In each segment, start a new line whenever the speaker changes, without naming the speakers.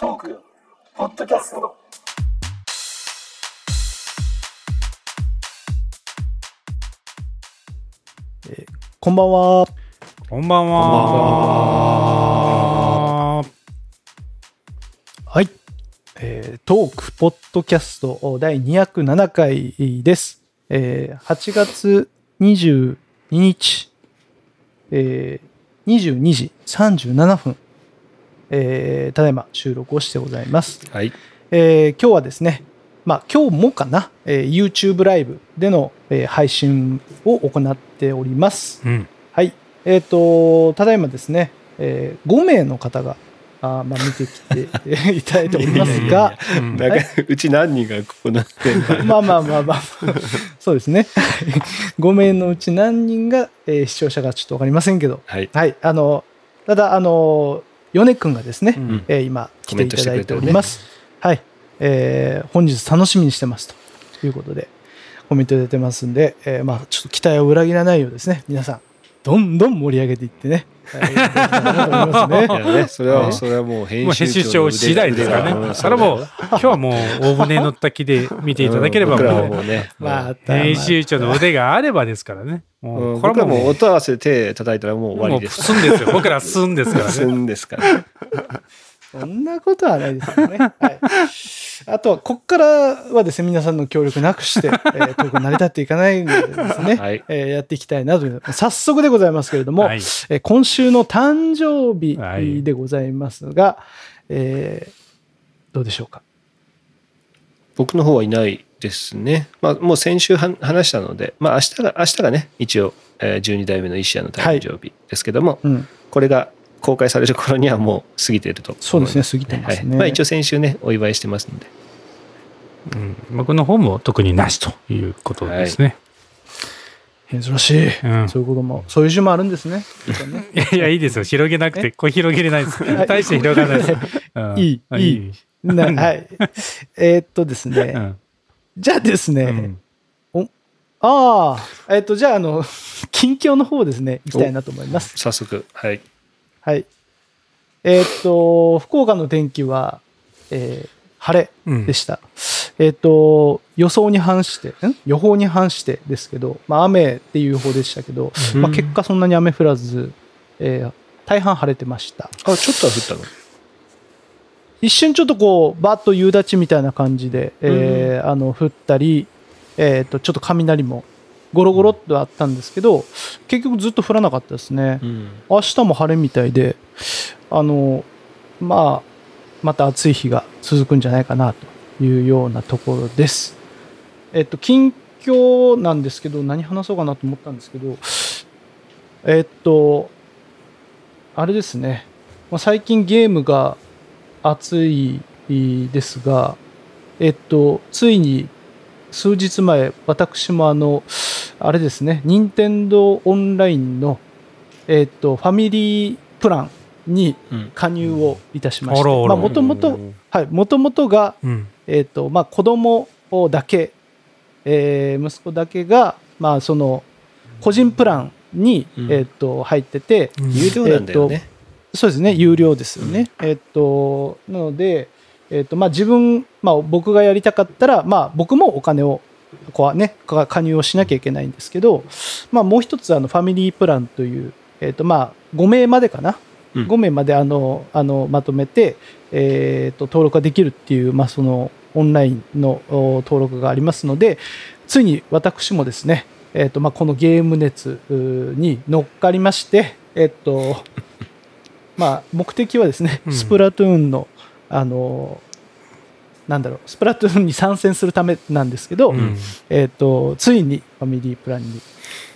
ークポッドキャスト
こんばんは。
こんばんは。
はい。えートークポッドキャスト第207回です。えー8月22日、えー22時37分、えーただいま収録をしてございます。
はい。
えー今日はですね、まあ今日もかな、えー YouTube ライブでの、えー配信を行っております。
うん。
はい。えっ、と、ただいまですね、え5名の方が、あーまあ、見てきてえーいただいておりますが、
うん
なんか、うち何人がここなって んだ
まあまあまあまあ、そうですね。5名のうち何人が、えー視聴者がちょっとわかりませんけど、
はい。
はい。あの、ただ、あの、ヨネ君がですね、
うん
えー今、来ていただいており
コメントしてくれてる
ま
ね
す。はい。えー本日楽しみにしてますということで、コメント出てますんで、えーまあ、ちょっと期待を裏切らないようですね、皆さん、どんどん盛り上げていってね、 はいやっていきたいなと思いますね
いやね、それ
う
は、
ん
それはもう編
もう編集
集
長
長
次第ですからね。それはもう、今日はもう、おおむね乗った気で見ていただければ、
僕らは
も
も
う、
うね、
まあ、
編集長の腕があればですからね。も
うん
う、これ
僕ら
は
もう
もう、
音合わせで手叩いたらもう終わ
も
りで
う、
す。
すんですよ。僕らすんです から
す
ね。
んですから。
そんなことはないですよね。はい、あとは、ここからはですね、皆さんの協力なくして、えー、トーク成り立っていかないのでですね、
はい
えーやっていきたいなという、早速でございますけれども、
はい。
えー今週の誕生
はい
日でございますが、えーどうでしょうか。
僕の方はいないですね。まあ、もう先週は話したので、まあ、明日が、明日がね、一応、えー12代目の石谷の誕生日ですけども、
うん、
これが公開される頃にはもう過ぎてると思います。
そうですね、過ぎてま
は
す
い。
ね。
まあ、一応先週ね、お祝いしてますので。
うん僕の方も特になしということですね。
珍しい、
うん
そういうことも、そういう字もあるんですね。
いやいや、いいですよ。広げなくて、こう広げれないです。大して広がらないですうん。
いい
あ
いい。なはい。えーっとですね、
うん
じゃあですね、
うん
ああ、えーっと、じゃあ、あの、近況の方ですね、行きたいなと思います。
早速、はい。
はい。えーっと、福岡の天気は、えー晴れ。
うん
でした。えっ、と、予想に反して、ん予報に反してですけど、まあ、雨っていう予報でしたけど、
うん
まあ、結果そんなに雨降らず、えー大半晴れてました。
あ、ちょっとは降ったの
一瞬ちょっとこう、バッと夕立みたいな感じで、えーあの、降ったり、えっ、と、ちょっと雷もゴロゴロっとあったんですけど、結局ずっと降らなかったですね。
うん。
明日も晴れみたいで、あの、まあ、また暑い日が続くんじゃないかなというようなところです。えっと、近況なんですけど、何話そうかなと思ったんですけど、えっと、あれですね、まあ、最近ゲームが熱いですが、えっと、ついに数日前、私もあの、あれですね、任天堂オンラインの、えっと、ファミリープランに
うん
加入をいたしまし
あらあ
て、
ら
まあ、もともと、はい、もともとが、
うん。
えっ、と、まあ、子供だけ、えー息子だけが、まあ、その、個人プランに、
うん
えっ、と、入ってて、
有料なんだよ
えっ
ね。
そうですね、有料ですよね。えっ、と、なので、えっ、と、まあ、自分、まあ、僕がやりたかったら、まあ、僕もお金を、こうはね、か加入をしなきゃいけないんですけど、まあ、もう一つ、あの、ファミリープランという、えっ、と、まあ、5名までかな。
うん
5名まであのあのまとめて、えっと登録ができるっていう、まあ、そのオンラインのお登録がありますのでついに私もですね、えっとまあ、このゲーム熱うーに乗っかりまして、えっ とまあ、目的はですね、
うん
スプラトゥーンのあのなんだろうスプラトゥーンに参戦するためなんですけど、
うん
えっとついにファミリープランに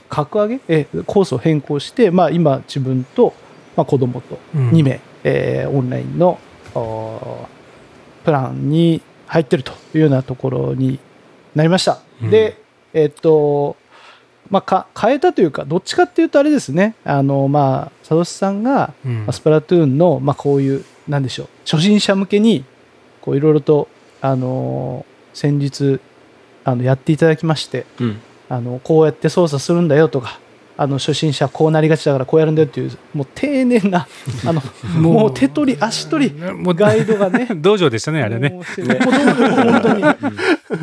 格上げえコースを変更して、まあ、今自分と、まあ、子供と
うん
2名、えーオンラインのおープランに入ってるというようなところになりました。
うん
で、えっと、まあ、か変えたというか、どっちかっていうとあれですね、あの、まあ、佐渡さんが、
うん
まあスプラトゥーンの、まあ、こういう、なんでしょう、初心者向けに、こう、いろいろと、あのー先日、あの、やっていただきまして、
うん。
あの、こうやって操作するんだよとか、あの初心者こうなりがちだからこうやるんだよっていうもう丁寧なあ のもう手取り足取り
もう
ガイドがね
道場でしたね、あれね。
もうしてもう本当に、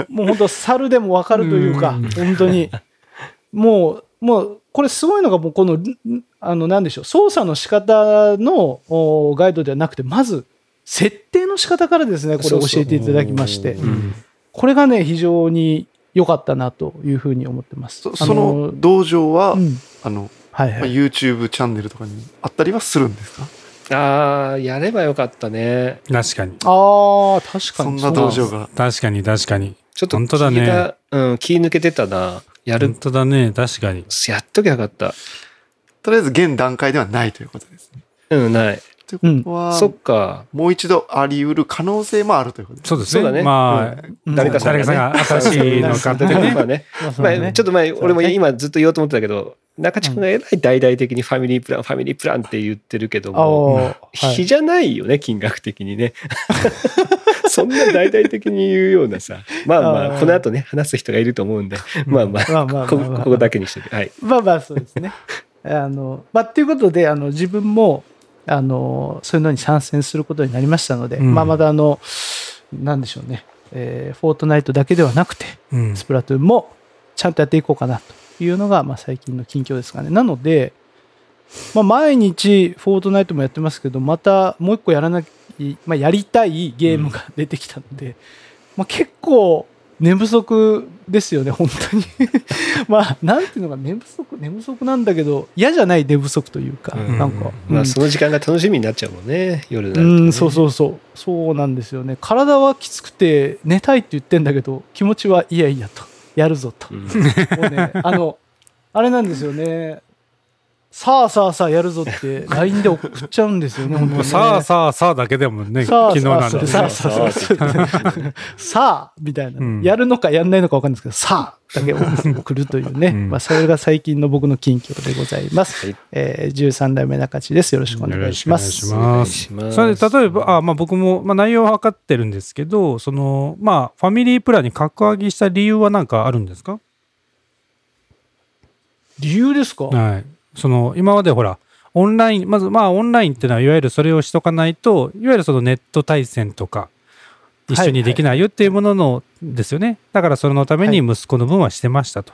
もう本当、猿でも分かるというか、
うん
本当に、もう、もう、これすごいのが、もうこの、んあの、なんでしょう、操作の仕方のおガイドではなくて、まず、設定の仕方からですね、これ
そ
教
うそう
えていただきまして、
うん
これがね、非常に良かったなというふうに思ってます。
そ
あ
その道場は、
うん、
あの、
はいは
まあ
い。
YouTube チャンネルとかにあったりはするんですか
ああ、やればよかったね。
確かに。
ああ、確か
そん
に
な
う
道
です
場が。
確かに、確かに。
ちょっと
本当だね
気がうん、気抜けてたな。やる、
本当だね、確かに。
やっときゃよかった。
とりあえず現段階ではないということですね。
うん、ない。
ということは、
そっか。
もう一度あり得る可能性もあるということです。
そうです
そうだ
ね。
ね
まあ、
うん
誰かさんがね
誰かさんが新しいのを買っ
そ
て
うそう
ね
そう。ね
まあそうだね
前ちょっと前、
そうだね
俺も今ずっと言おうと思ってたけど、中地君がえらい大々的にファミリープラン、ファミリープランって言ってるけど
あ
も、
ーはい
比じゃないよね、金額的にね。 そんな大々的に言うようなさ。まあま
あ
あ、
ー
この後ね、話す人がいると思うんで、まあま
まあまあまあまあ
あ、こここだけにしとけ。はい。
まあまあそうです ね。あのまあ、ということであの自分もあのそういうのに参戦することになりましたので、
うん
まあ、まだあのなんでしょうね、えーフォートナイトだけではなくて
うん
スプラトゥーンもちゃんとやっていこうかなというのが、まあ、最近の近況ですかねなので、まあ、毎日フォートナイトもやってますけどまたもう一個やらなき、まあ、やりたいゲームが出てきたので、まあ、結構寝不足ですよね本当に まあなんていうのか寝不足寝不足なんだけど嫌じゃない寝不足というか、
うん
なんか、
ま
うん
あ、その時間が楽しみになっちゃうもんね、夜にな
う
るとね
ん、そうそうそう。そうなんですよね。体はきつくて、寝たいって言ってんだけど、気持ちはいやいやと。やるぞと。
うん
もう ね、あの、あれなんですよね。さあさあさあやるぞって、LINE で送っちゃうんですよね、本当に
も
ね
うさあさあさあだけでもね、
さあ
昨日なんで。
さあさあさあさあさあみたいな、
うん
やるのかやんないのか分かんないですけど、さあだけ送るというね、
うん
まあ、それが最近の僕の近況でございます。
はい
えー、13代目中地です。よろしくお願いしま
よろしく
す。
お願いし
お願いします
それで例えばあ、まあ、僕も、まあ、内容は分かってるんですけどその、まあ、ファミリープランに格上げした理由は何かあるんですか、
理由ですか、
はい、その今までほらオンラインまずまあオンラインっていうのはいわゆるそれをしとかないといわゆるそのネット対戦とか一緒にできないよっていうもののですよね、だからそのために息子の分はしてましたと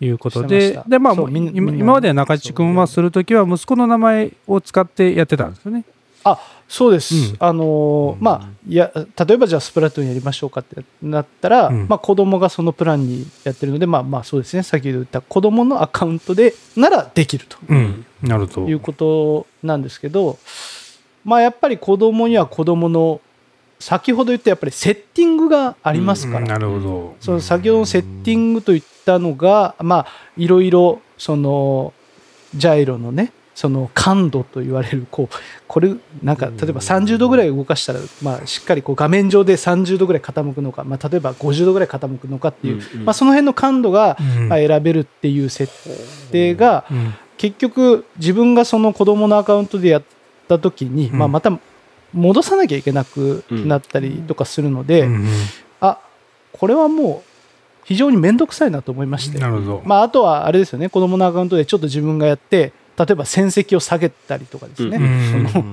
いうこと
して
で、
ました
でまあ
そうみんな
今
みんな
今までは中地君はするときは息子の名前を使ってやってたんですよね。
あそうです、
うん
あのー
うん
まあいや例えばじゃあスプラトゥーンやりましょうかってなったら、
うん
まあ、子供がそのプランにやってるのでまあまあそうですね先ほど言った子供のアカウントでならできると
うん、なるほど
いうことなんですけど、まあ、やっぱり子供には子供の先ほど言ったやっぱりセッティングがありますから、
うんなるほど。
その先ほどのセッティングといったのが、まあ、いろいろ、その、ジャイロのね、その感度と言われる、こう、これ、なんか、例えば30度ぐらい動かしたら、まあ、しっかりこう画面上で30度ぐらい傾くのか、まあ、例えば50度ぐらい傾くのかっていう、
うんうん
まあ、その辺の感度が、
うん
まあ選べるっていう設定が、
うん
結局自分がその子供のアカウントでやった時に、
うん
まあ、また戻さなきゃいけなくなったりとかするので、
うん
あこれはもう非常に面倒くさいなと思いまし
うん
て、
なるほど。
まあ、あとはあれですよね子供のアカウントでちょっと自分がやって例えば戦績を下げたりとかですね、
う
うん
その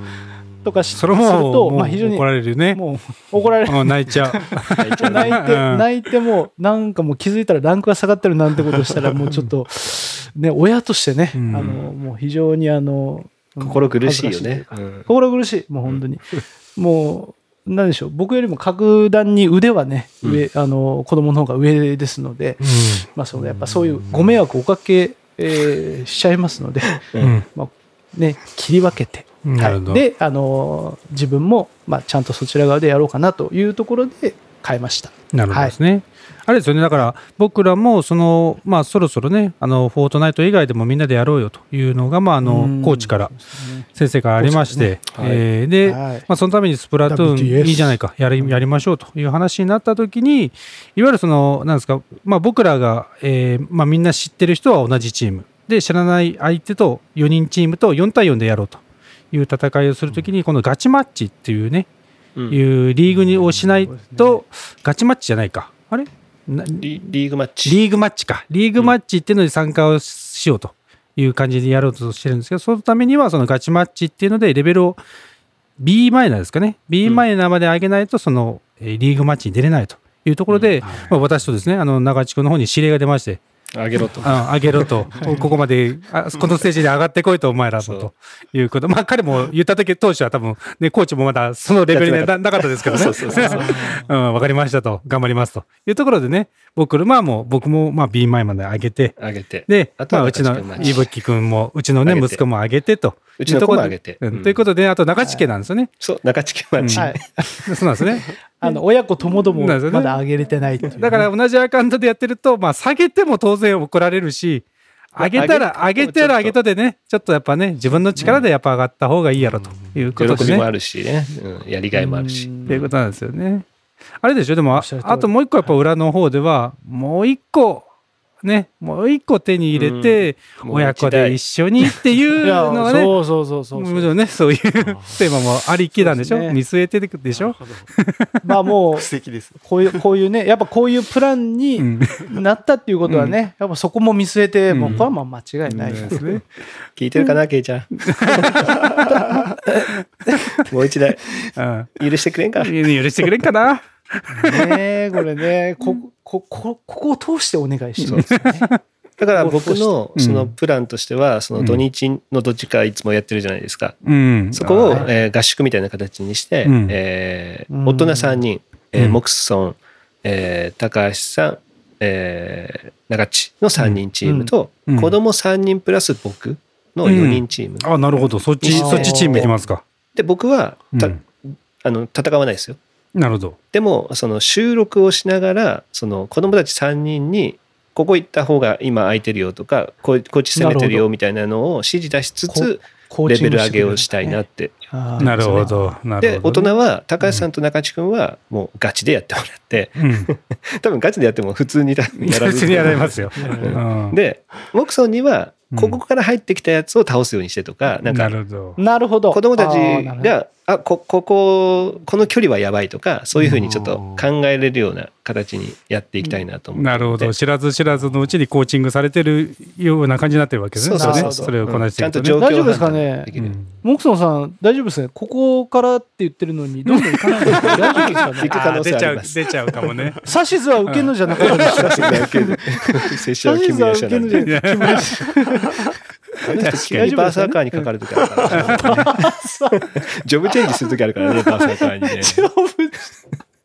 とかし
それ
する
も
と
もう
まあ、非常に
怒られるよね。
もう怒られる。
うん泣い ちゃう。
泣いて、
うん
泣いても、なんかもう気づいたらランクが下がってるなんてことしたら、もうちょっと、ね、親としてね、
うん
あの、もう非常にあの、
心苦しいよ
恥ずかとう
ね
か。
うん
心苦しい、もう本当に。もう、なんでしょう、僕よりも格段に腕はね、上、あの、子供の方が上ですので、まあ、そのやっぱそういうご迷惑をおかけ、えーしちゃいますので、
うん
まあね、切り分けて、
うんなるほど。
で、あのー自分も、まあ、ちゃんとそちら側でやろうかなというところで変えました。
なるほどですね。あれですよね、だから僕らもその、まあ、そろそろね、あのフォートナイト以外でもみんなでやろうよというのが、まあ、あ
うん
のコーチから、先生からありまして、
コーチからね
えーで、
はい
まあ、そのためにスプラトゥー
WTF
ンいいじゃないか、やりやりましょうという話になったときに、いわゆるその、なんですか、まあ、僕らが、えーまあ、みんな知ってる人は同じチーム、で、知らない相手と4人チームと4対4でやろうという戦いをするときに、このガチマッチっていうね、
うん
いうリーグにをしないと、ガチマッチじゃないか。あれな
リリーグマッチ。
リーグマッチか。リーグマッチっていうのに参加をしようという感じでやろうとしてるんですけど、そのためにはそのガチマッチっていうので、レベルを B マイナーですかね、B マイナーまで上げないと、その、えーリーグマッチに出れないというところで、まあ、私とですね、あの中地君の方に指令が出まして、
あげろと。
あ上げろと、ここまで、あこのステージで上がってこいと、お前らも
そう
ということ。まあ、彼も言った時当初は多分、ね、コーチもまだそのレベルで
やって
ななかったですけどね。
そうそうそうそう
うん、わかりましたと、頑張りますというところでね、僕ら、まあもう、僕もまあ B 前まで上げて、
あげて。
で、
あと
ま
は
あ、うちの
確かに
伊吹君も、うちのね、
上げて
息子も上げてと。
うちの子も上げて
いうところでう
うん
んということで、あと中地家なんですよね。
そう、中地区町。
はい、
そうなんですね。
あの親子ともども
なるほどね
まだ上げれてないっていうね、
だから同じアカウントでやってると、まあ、下げても当然怒られるし、上げたら、上
上
げ
げ
た
て
ら上げたでね、ちょっとやっぱね、自分の力でやっぱ上がった方がいいやろということ
喜び
で
も
ね。
あるしね、うん、やりがいもあるし。
ということなんですよね。あれでしょ、でも、
お
あ
っしゃる通り
あともう一個やっぱ裏の方では、もう一個、ね、もう一個手に入れて、
うん
親子で一緒にっていう
いや
のがね、
そうそうそうそう
も
そ
ち
う
ろんね、そういうテーマもありきなんでし
そ
ょ
うですね
見据えてるでしょ
まあもう
布石ですね。
こういうこういうねやっぱこういうプラン
う
に
ん。
なったっていうことはね、やっぱそこも見据えて、もうこれはまあ間違いない、
ですね。
聞いてるかな、ケイちゃん。 もう一台、
うん。
許してくれんか。
許してくれんかな
ねえこれねこここここを通してお願いします、
だから僕の
うん
そのプランとしては、その土日のどっちかいつもやってるじゃないですか。
うん。
そこを、
あー
えー合宿みたいな形にして、
うん
えー
うん
大人3人、え
う
ー
ん
モクソン、えー高橋さん、えー中地の3人チームと、
うん
子供3人プラス僕の4人チーム。
あ、なるほど。そっち、
あー
そっちチームいきますか。
で、僕はた、
うん
あの戦わないですよ。
なるほど。
でもその収録をしながらその子供たち3人にここ行った方が今空いてるよとかここっち攻めてる
なるほ
よみたいなのを指示出しつつ
コー
レ
チン
ベ
グ
ル
して
上
く
げ
れる
をしたいなって。
あー
なるほど。なる
で
ほ
大
どね。
人は高橋さんと中地君はもうガチでやってもらって
うん。
多分ガチでやっても普通に多分 やらず
別にやられ ますよ。うん
でモクソンには
うん
ここから入ってきたやつを倒すようにしてとかなん
な
か
るほど。
なるほど
子供たち
あーなるほど
があここここの距離はやばいとかそういうふうにちょっと考えれるような形にやっていきたいなと思って
なるほど。知らず知らずのうちにコーチングされてるような感じになってるわけですね。
そうそう
ね
そう
それをこなしていくとね
ちゃんと状況を判
大丈夫ですかね
断できる
モクソンさん大丈夫ですねここからって言ってるのにどんどん行かないの大丈夫ですかね
行く可能性
出ちゃ
あ
う
ります
出ちゃうかもね。
指図は受けんのじゃなかったです
接触は受ける接 触は
指
君
図は
の
受
者
け
な
の
んん
じゃ
で
なかったです
あの人急にバーサーカーにかかるときあるからジョブチェンジするときあるからねバーサーカーにね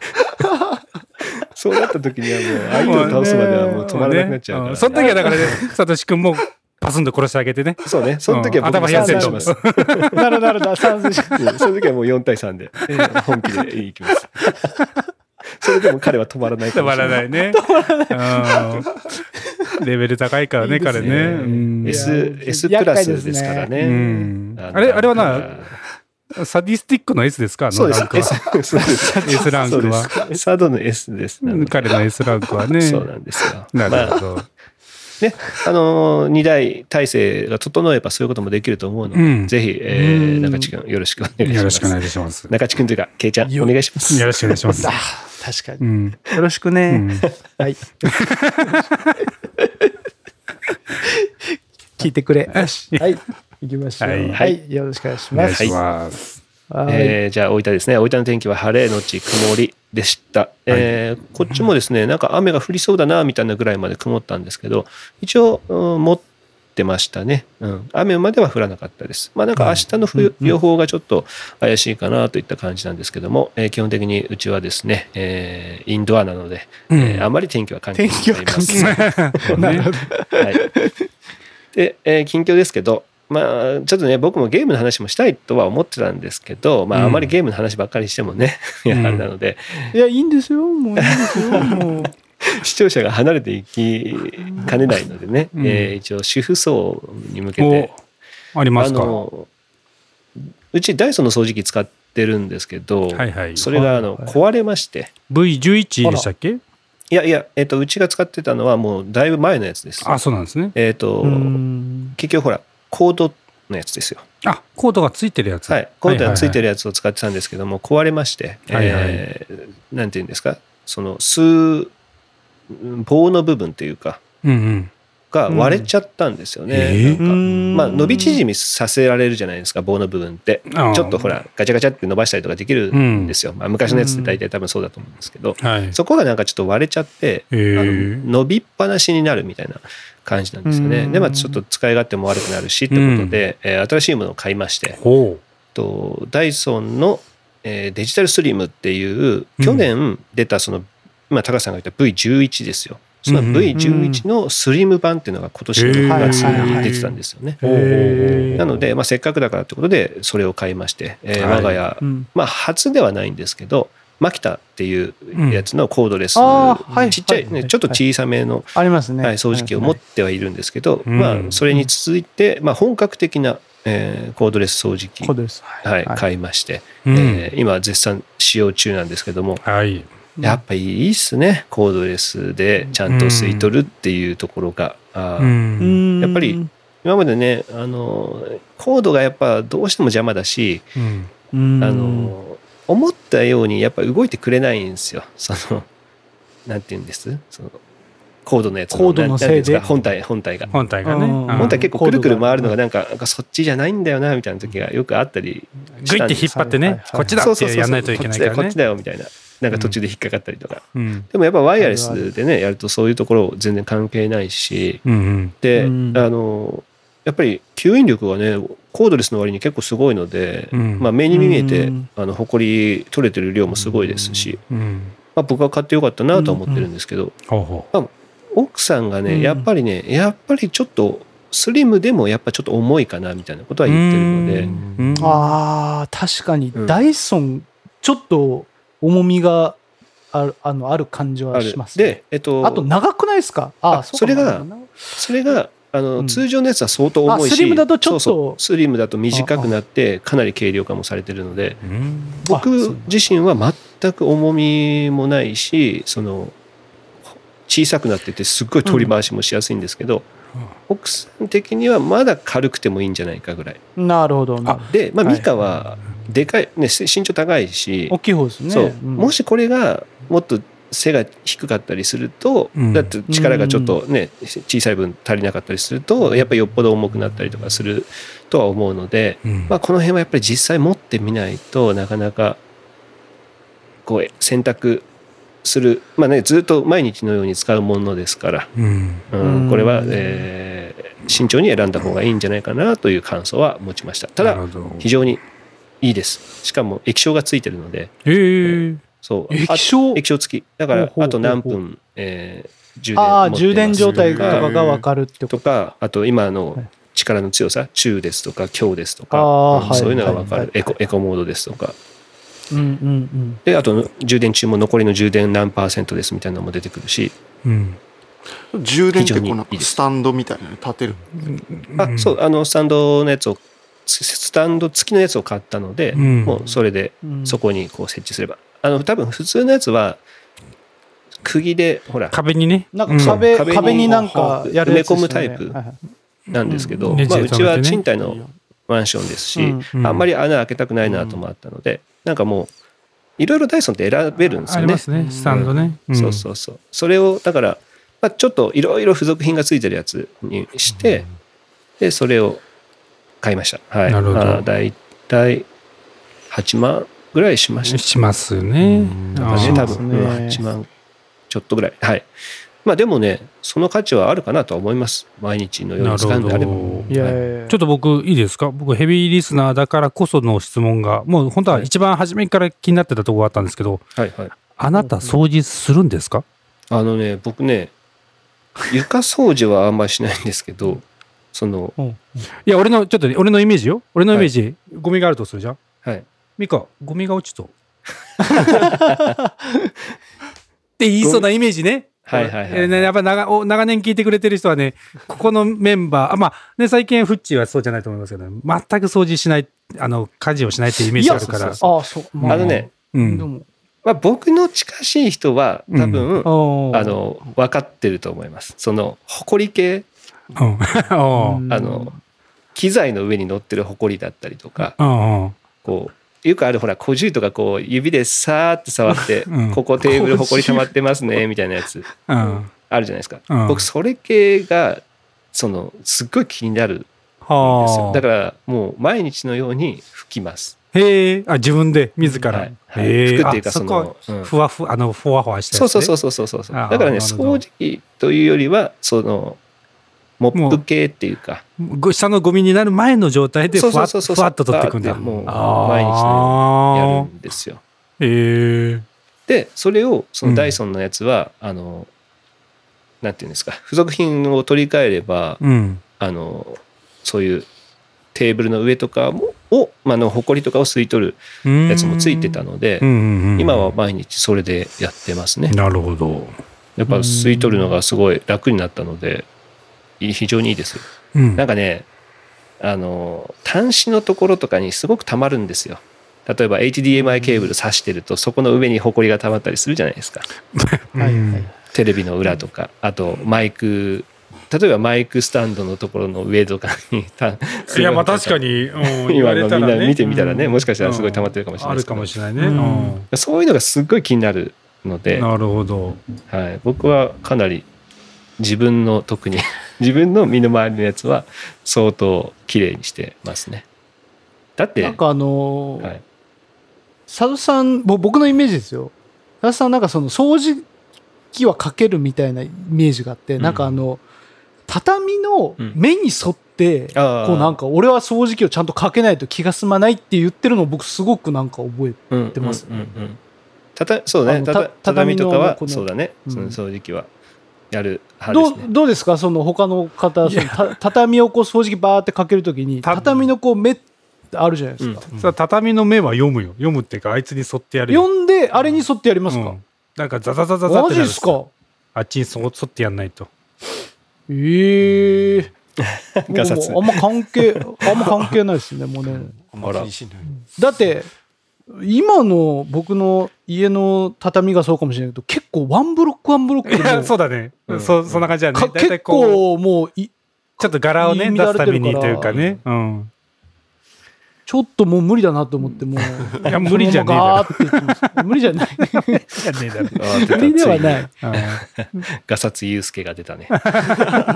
そうなったときにはもう相手を倒すまではもう 止まらなくなっちゃうか
もね
ら
んその時はだからね、サトシ君もパスンと殺してあげてね。
そうねその時は
うん
僕も
頭冷やせ
参
る
戦
と
します
なるほどなるほ ど賛成し
うんその時はもう4対3でえー本気でいきます それでも彼は止まらないか
止
も
ま
しれ
ら
ない
ない ね。うんレベベル高いからね、彼ね。うん
いや
S, S プラスですからね。
うん
の
あれあれはな、サディスティックの S ですかあ
そう
の
で
ラ
す
ン。クは
S, そうです。
S ランクは
そうですサードの S です。なので
彼の S ランクはね。
そうなんですよ。
なる
ま
ほ
あ、
ど。
ね、あのー、2代体制が整えばそういうこともできると思うの
う
で、
ん
ぜひ、え
う
ー
ん
中地君、よろしくお願いします。
よろしくお願いします。
中地君というか、ケイちゃん、お願いします。
よろしくお願いします。
確か
う
に
ん。
よろしく
う
ね、
ん
はい。聞いてくれ。は
よし。
い。行きましょう。
は
はいい、よろしくお願いし
お願
ま
い
す。
します。
はい。
えーじゃあ、大分ですね。大分の天気は晴れのち曇りでした。えーこっちもですね、なんか雨が降りそうだな、みたいなぐらいまで曇ったんですけど、一応、うん持ってましたね。うん。雨までは降らなかったです。まあ、なんか明日の冬予報がちょっと怪しいかなといった感じなんですけども、えー基本的にうちはですね、えーインドアなので、えーあまり天気は関係
天
ない
気は関係ない。なるほど。
はい、で、えー近況ですけど、まあ、ちょっとね、僕もゲームの話もしたいとは思ってたんですけど、ま
うん
あ、あまりゲームの話ばっかりしてもね、い やあれなので、
いや、いいんですよ。もういいんですよ。 もう。
視聴者が離れていきかねないのでね、
うん
えー一応、主婦層に向けて、
お、ありますか。は
のうちダイソンの掃除機使ってるんですけど、
いはい。
それがあの
はい
壊れまして、
V11 でしたっけ
いやいや、えっとうちが使ってたのはもうだいぶ前のやつです。
あ、そうなんですね。
えっと
うん
結局ほらコードのやつですよ。
あ、コードがついてるやつ。
はい、コードがついて
る。
るやつを使ってたんですけども、壊れまして、
はいはい
えーなんていうんですか、その、吸ううん棒の部分というか、
うん
が割れちゃったんですよね。
うん
なんか
え
まあ、伸び縮みさせられるじゃないですか棒の部分って
あー
ちょっとほらガチャガチャって伸ばしたりとかできるんですよ、まあ、昔のやつって大体多分そうだと思うんですけど、
はい。
そこがなんかちょっと割れちゃって、
へー
あの伸びっぱなしになるみたいな感じなんですよ
う
ね。
ん
でまあちょっと使い勝手も悪くなるしってことで、えー新しいものを買いまして
ほ
とダイソンの、えーデジタルストリームっていう去年出たその、今高橋さんが言った V11 ですよ。その
うん
V11 のスリム版っていうのが今年の6月に出てたんですよね。
う。ほうほうほう
なので、まあ、せっかくだからってことでそれを買いまして、えー
はい
我が家、
うん
まあ、初ではないんですけどマキタっていうやつのコードレス、
うんあーはい
ちっちゃい、
はいはい
ね、ちょっと小さめの、
ありますね。
はい、掃除機を持ってはいるんですけど、
うん
まあ、それに続いて、まあ、本格的な、えーコードレス掃除機、
コードレス。
はい、買いまして、
うん
えー今絶賛使用中なんですけども、
はい。
やっぱいいっすねコードレスでちゃんと吸い取るっていうところが、あー
ん。
うん
やっぱり、今までねあのコードがやっぱどうしても邪魔だし、
うん
うん
あの思ったようにやっぱ動いてくれないんですよそのなんて言うんですそのコードのやつ
コードのせいで
なんて言うんすか本体本体が。
本体がね。
うん
本体結構くるくる回るの
コードが
がなんかなんかそっちじゃないんだよなみたいな時がよくあったり
グイって引っ張っ
は
て
い
ね
はい、
こっちだ
そう
っ
そうそう
てやんないといけないからね。
こっちだよこっちだよみたいななんか途中で引っかかったりとか、
うん。
でもやっぱワイヤレスでねやるとそういうところ全然関係ないし
うんうん。
で、
うん
あのやっぱり吸引力がねコードレスの割に結構すごいので、
うん
まあ、目に見えて、
うん
あのほこり取れてる量もすごいですし、
うん。
まあ、僕は買ってよかったなとは思ってるんですけど、
ほうほ
奥さんがね、
うん
やっぱりねやっぱりちょっとスリムでもやっぱちょっと重いかなみたいなことは
う。
言ってるので、
うん
ああ、確かに
うん、
ダイソン、ちょっと重みがあるあのある感じ
あ
は
る
します、ね。
で、えっと、
あと、長くないですかあ
あ
あ、うか
それが
まあ
それがあの、
うん
通常のやつは相当重いし
あスリムだとちょっと
そうそうスリムだと短くなってかなり軽量化もされてるので
うん
僕
あそう
自身は全く重みもないしその小さくなっててすっごい取り回しもしやすいんですけど、奥さん的にはまだ軽くてもいいんじゃないかぐらい
なるほどなるほど。
で、まあ、
はい
ミカはでかい、ね、せ身長高いし、
大きい方ですね。
そう
うん
もしこれがもっと背が低かったりすると、
うん
だって力がちょっとね、小さい分足りなかったりするとやっぱりよっぽど重くなったりとかするとは思うので、
うん
まあ、この辺はやっぱり実際持ってみないとなかなかこう選択するまあねずっと毎日のように使うものですから、
うん
うん
うん
これは、えー慎重に選んだ方がいいんじゃないかなという感想は持ちましたた
な
だ
るほど
非常にいいですしかも液晶がついてるので
へえ。
そうあ
液晶
液晶付き。だか
ほう
ら、
ほう
あと何
ほう
分、えー充電
ああ、
持ってます
充電状態と
と
か
か
が分かるってこと
とか、あと今の
はい
力の強さ、中ですとか、強ですとか、
あー
うん
はい
そういうのが分か
はい
る。エコエコモードですとか。
うんうん
で、あと充電中も残りの充電何パーセントですみたいなのも出てくるし、
うん。
充電って
非
こ
常
う
に
ない
いです
スタンドみたいなのに立てる。
あ、そう、あの、スタンドのやつを、ススタンド付きのやつを買ったので、
うん
もうそれで
うんうん。
そこにこう設置すれば。あの、多分普通のやつは、釘で、ほら、
壁にね。
なん
う
か
ん
壁,、
壁
壁
に
になんかやるやつですよね
埋め込むタイプ
はいはい
なんですけど、
うんね
まあ、う
じ止めて
ち
ね
は賃貸のマンションですし、
うん
あんまり穴開けたくないなともあったので、なんかもういろいろダイソンって選べるんです
あ
よ
り
ね。
ますね、スタンドね。
そうそうそう。それをだから、まあ、ちょっといろいろ付属品が付いてるやつにして、でそれを買いました。はい。
なるほど
まあだいたい8万ぐらいしました。
します
なん
ね。
か
あ
ね
ー
多
そう
分、
ですね
うん8万ちょっとぐらい。はい。まあでもね、その価値はあるかなとは思います。毎日のように使うんであれば。
なるほど
いやい
はい
やいや
ちょっと僕いいですか僕ヘビーリスナーだからこその質問がもう本当は一番初めから気になってたところがあったんですけど
はいはい。
あなた掃除するんですか
あのね、僕ね、床掃除はあんまりしないんですけど、その、
いや俺のちょっとね俺のイメージよ俺のイメージ、ゴミがあるとするじゃん
はい。
ミカゴミが落ち とって言いそうなイメージね
はいはいはい
えーねやっぱ長お長年聞いてくれてる人はねここのメンバーあまあね最近フッチーはそうじゃないと思いますけど、ね、全く掃除しないあの家事をしないっていうイメージがあるか
い
ら
あ
や
あ、そう。
うん
あのね、
う
で
ん
も
まあ、僕の近しい人は多分、
あ
あ、の、分かってると思います。その、埃系、
うん おう
うん
あの、機材の上に乗ってる埃だったりとか、
うんうん
こう、よくあるほら、小獣とかこう、指でさーって触って、
うん
ここテーブル埃溜まってますね、みたいなやつ、
うん
あるじゃないですか。
うん
僕、それ系がその、すっごい気になるんです
は
よ。
あ。
だから、もう毎日のように拭きます。
へえ、あ、自分で、自ら。
はいはい
へえ、
服っていうか
あ
その
こ
うん
ふわふわ、あの、ふわふわした。
そうそうそううそうそうそう。
あ
だ
ー
からね、
なるほど
掃除機というよりは、その、モップ系っていうか、
ご下のゴミになる前の状態で、ふ
そうそ
わ
う
っ
そうそう
ふわっと取っていくんだ。
あもう
あー
毎日のやるんですよ。
へえ。
でそれをそ
うん
のダイソンのやつは、あのなんていうんですか付属品を取り替えれば、
うん。
あのそういうテーブルの上とかもを、まあ、あのほこりとかを吸い取るやつもついてたので、
うんうんうん。
今は毎日それでやってますね
なるほど。
やっぱ吸い取るのがすごい楽になったのでいい非常にいいですよ
うん
なんかねあの端子のところとかにすごく溜まるんですよ例えば HDMI ケーブル挿してるとそこの上にホコリが溜まったりするじゃないですか
はいは
う
い
ん
テレビの裏とか、あとマイク、例えばマイクスタンドのところの上とかに、た
いや、まあ確か
に、
に、うん言
今
われ
の
た
みん
ら
な
ね
見てみたらね、
うん
もしかしたらすごい溜まってるかもしれな
あ
いで
る
すけ
か
ど
もしれないね。
う
うんん
そういうのがすっごい気になるので、
なるほど。
はい、僕はかなり自分の、特に 自分の身の回りのやつは相当綺麗にしてますね。だって、
なんかあのー
はい、
佐渡さん、ぼ僕のイメージですよ。佐渡さん、なんかその掃除機はかけるみたいなイメージがあって、
うん
なんかあの、畳の目に沿って、
あー
こうなんか俺は掃除機をちゃんとかけないと気が済まないって言ってるのを僕すごくなんか覚えて。
うん
てます
うんうんうんたたそうだ
あ
ね
の
た
た
た畳とかは
畳のこの
そうだね、
うん
その掃除機はやる派で
ど
す
う
ね
どうですかその他の方、
い
そ
や
のた畳をこう掃除機バーってかけるときに、
た
畳のこう目ってあるじゃないですか。
さあ畳の目は読むよ。読むっていうか、あいつに沿ってやるよ。
読んで、あれに沿ってやります
う
か、
んなんかザザザザザっ
マ
て
ジ
な
で
る
すか
あっちにそ沿ってやんないと。
ええ 僕
ガサツ
もあんま関係、あんま関係ないですね、もうね。
あんま気にしない。
だって、今の僕の家の畳がそうかもしれないけど、結構ワンブロックワンブロックで
いや、
も
そうだね。
うん
そそんな感じだね。
か
大体
結
こう、
構もうい、
ちょっと柄をね、
い
出
い乱
す
れ
た
て
め
るから
にというかね。うん。
ちょっともう無理だなと思って、もう。
いや 無理じゃねえ
そのままガー
だろ
っていきます無理じ ゃない。
じゃねえだ
あ出た
無理ではな
つ
い。
ろ。
いにガサツユウスケが出た ね。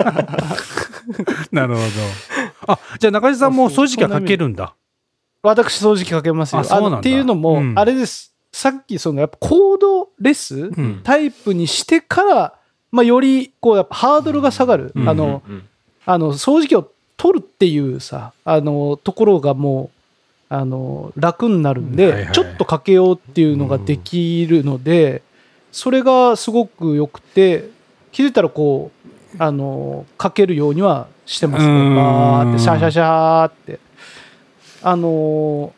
なるほど。あ、じゃあ中地さんも掃除機はかけるんだ。
私掃除機かけますよ。
あそうなんだ
のっていうのも、
うん
あれです。さっきそのやっぱコードレス
うん
タイプにしてから、まあよりこうやっぱハードルが下がる。
うん
あの、
うん
あの掃除機を取るっていうさあのところがもうあの楽になるんで、
はいはい
ちょっとかけようっていうのができるので、それがすごく良くて気づいたらこうあのかけるようにはしてます
う
ね
ん
バーってシャーシャーシャーってあの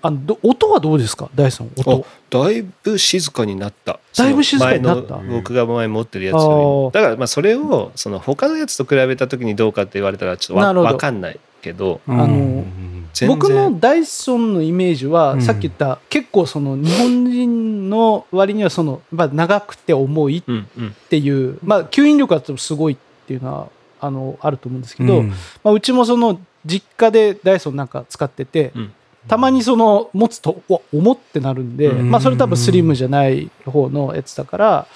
あのど音はどうですかダイソン音
だいぶ静かになった。
だいぶ静かになった
その前の僕が前持ってるやつよりだからまあそれをその他のやつと比べた時にどうかって言われたらちょっと
な
わ
るほど
わかんないけど、
うん
あの
うん
全然
僕のダイソンのイメージは、
うん
さっき言った結構その日本人の割にはその、まあ、長くて重い
うんうん
っていう、まあ、吸引力がとすごいっていうのはあのあると思うんですけど、う
うん
まあ、うちもその実家でダイソンなんか使ってて、
うん
たまにその持つとお重ってなるんで、
うん
まあ、それ多分スリムじゃない方のやつだから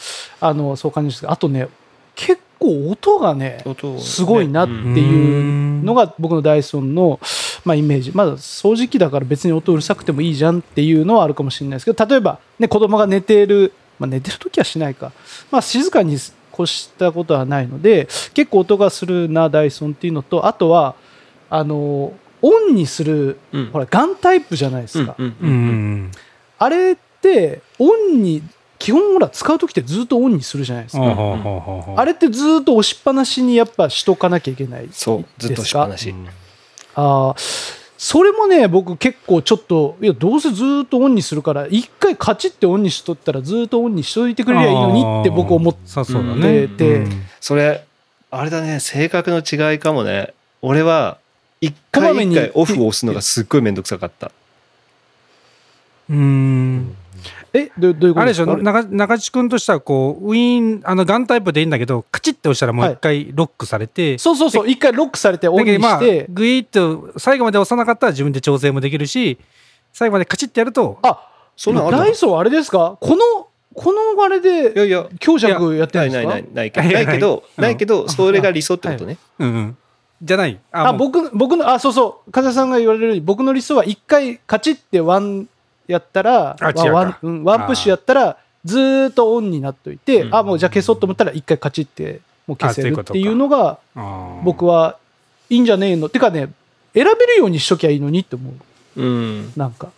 あのそう感じですけどあとね結構音がね
音をね
すごいなって
うん
いうのが僕のダイソンの、まあ、イメージまだ掃除機だから別に音うるさくてもいいじゃんっていうのはあるかもしれないですけど例えば、ね、子供が寝てる、まあ、寝てる時はしないか、まあ、静かに越したことはないので結構音がするなダイソンっていうのとあとはあのオンにする
うん
ほらガンタイプじゃないですか、
うん
う
うんうん
ん。
あれってオンに基本ほら使う時ってずっとオンにするじゃないですか、
ほうほうほうほうほう
あれってずっと押しっぱなしにやっぱしとかなきゃいけない
そうずっとしっぱなし。
ああ、それもね、僕結構ちょっと、いや、どうせずーっとオンにするから、一回カチってオンにしとったらずーっとオンにしといてくれりゃいいのにって僕思っ
あーさそうだ
て
ね。
て、
うん
それあれだね性格の違いかもね。俺は一
こまめ
回
に
一回オフを押すのがすっごいめんどくさかった。
うん。
え、どどういうこ
あ
とで
れでし
す
ょ
か
中中地君としてはこうウィーンあのガンタイプでいいんだけどカチッて押したらもう一回ロックされて、
そうそうそう、一回ロックされてオン
だ
に
けどま
し
あ
て、
グイッと最後まで押さなかったら自分で調整もできるし最後までカチッてやると
あ、
そんなのあるの
ダイソーあれですかこのこのあれ
いや
で
いや、
強弱やって
な
る
い
んで
な
す
い
か
ないないけど、
はい
な
は
いけ
い
ど、
うん
ないけど、それが理想ってことね。
うんうん。じゃない。あ
あ
もう
僕僕のあそうそう風さんが言われるように僕の理想は1回カチッてワンやったら
あ違うか
ワンワンうんワンプッシュやったらずーっとオンになっといて、
うん
あもうじゃあ消そうと思ったら1回カチッてもう消せ
あそういう
る
こ
っ
と
ていうのが僕はいいんじゃねえのてかね選べるようにしときゃいいのにって思う
うん。
なんか。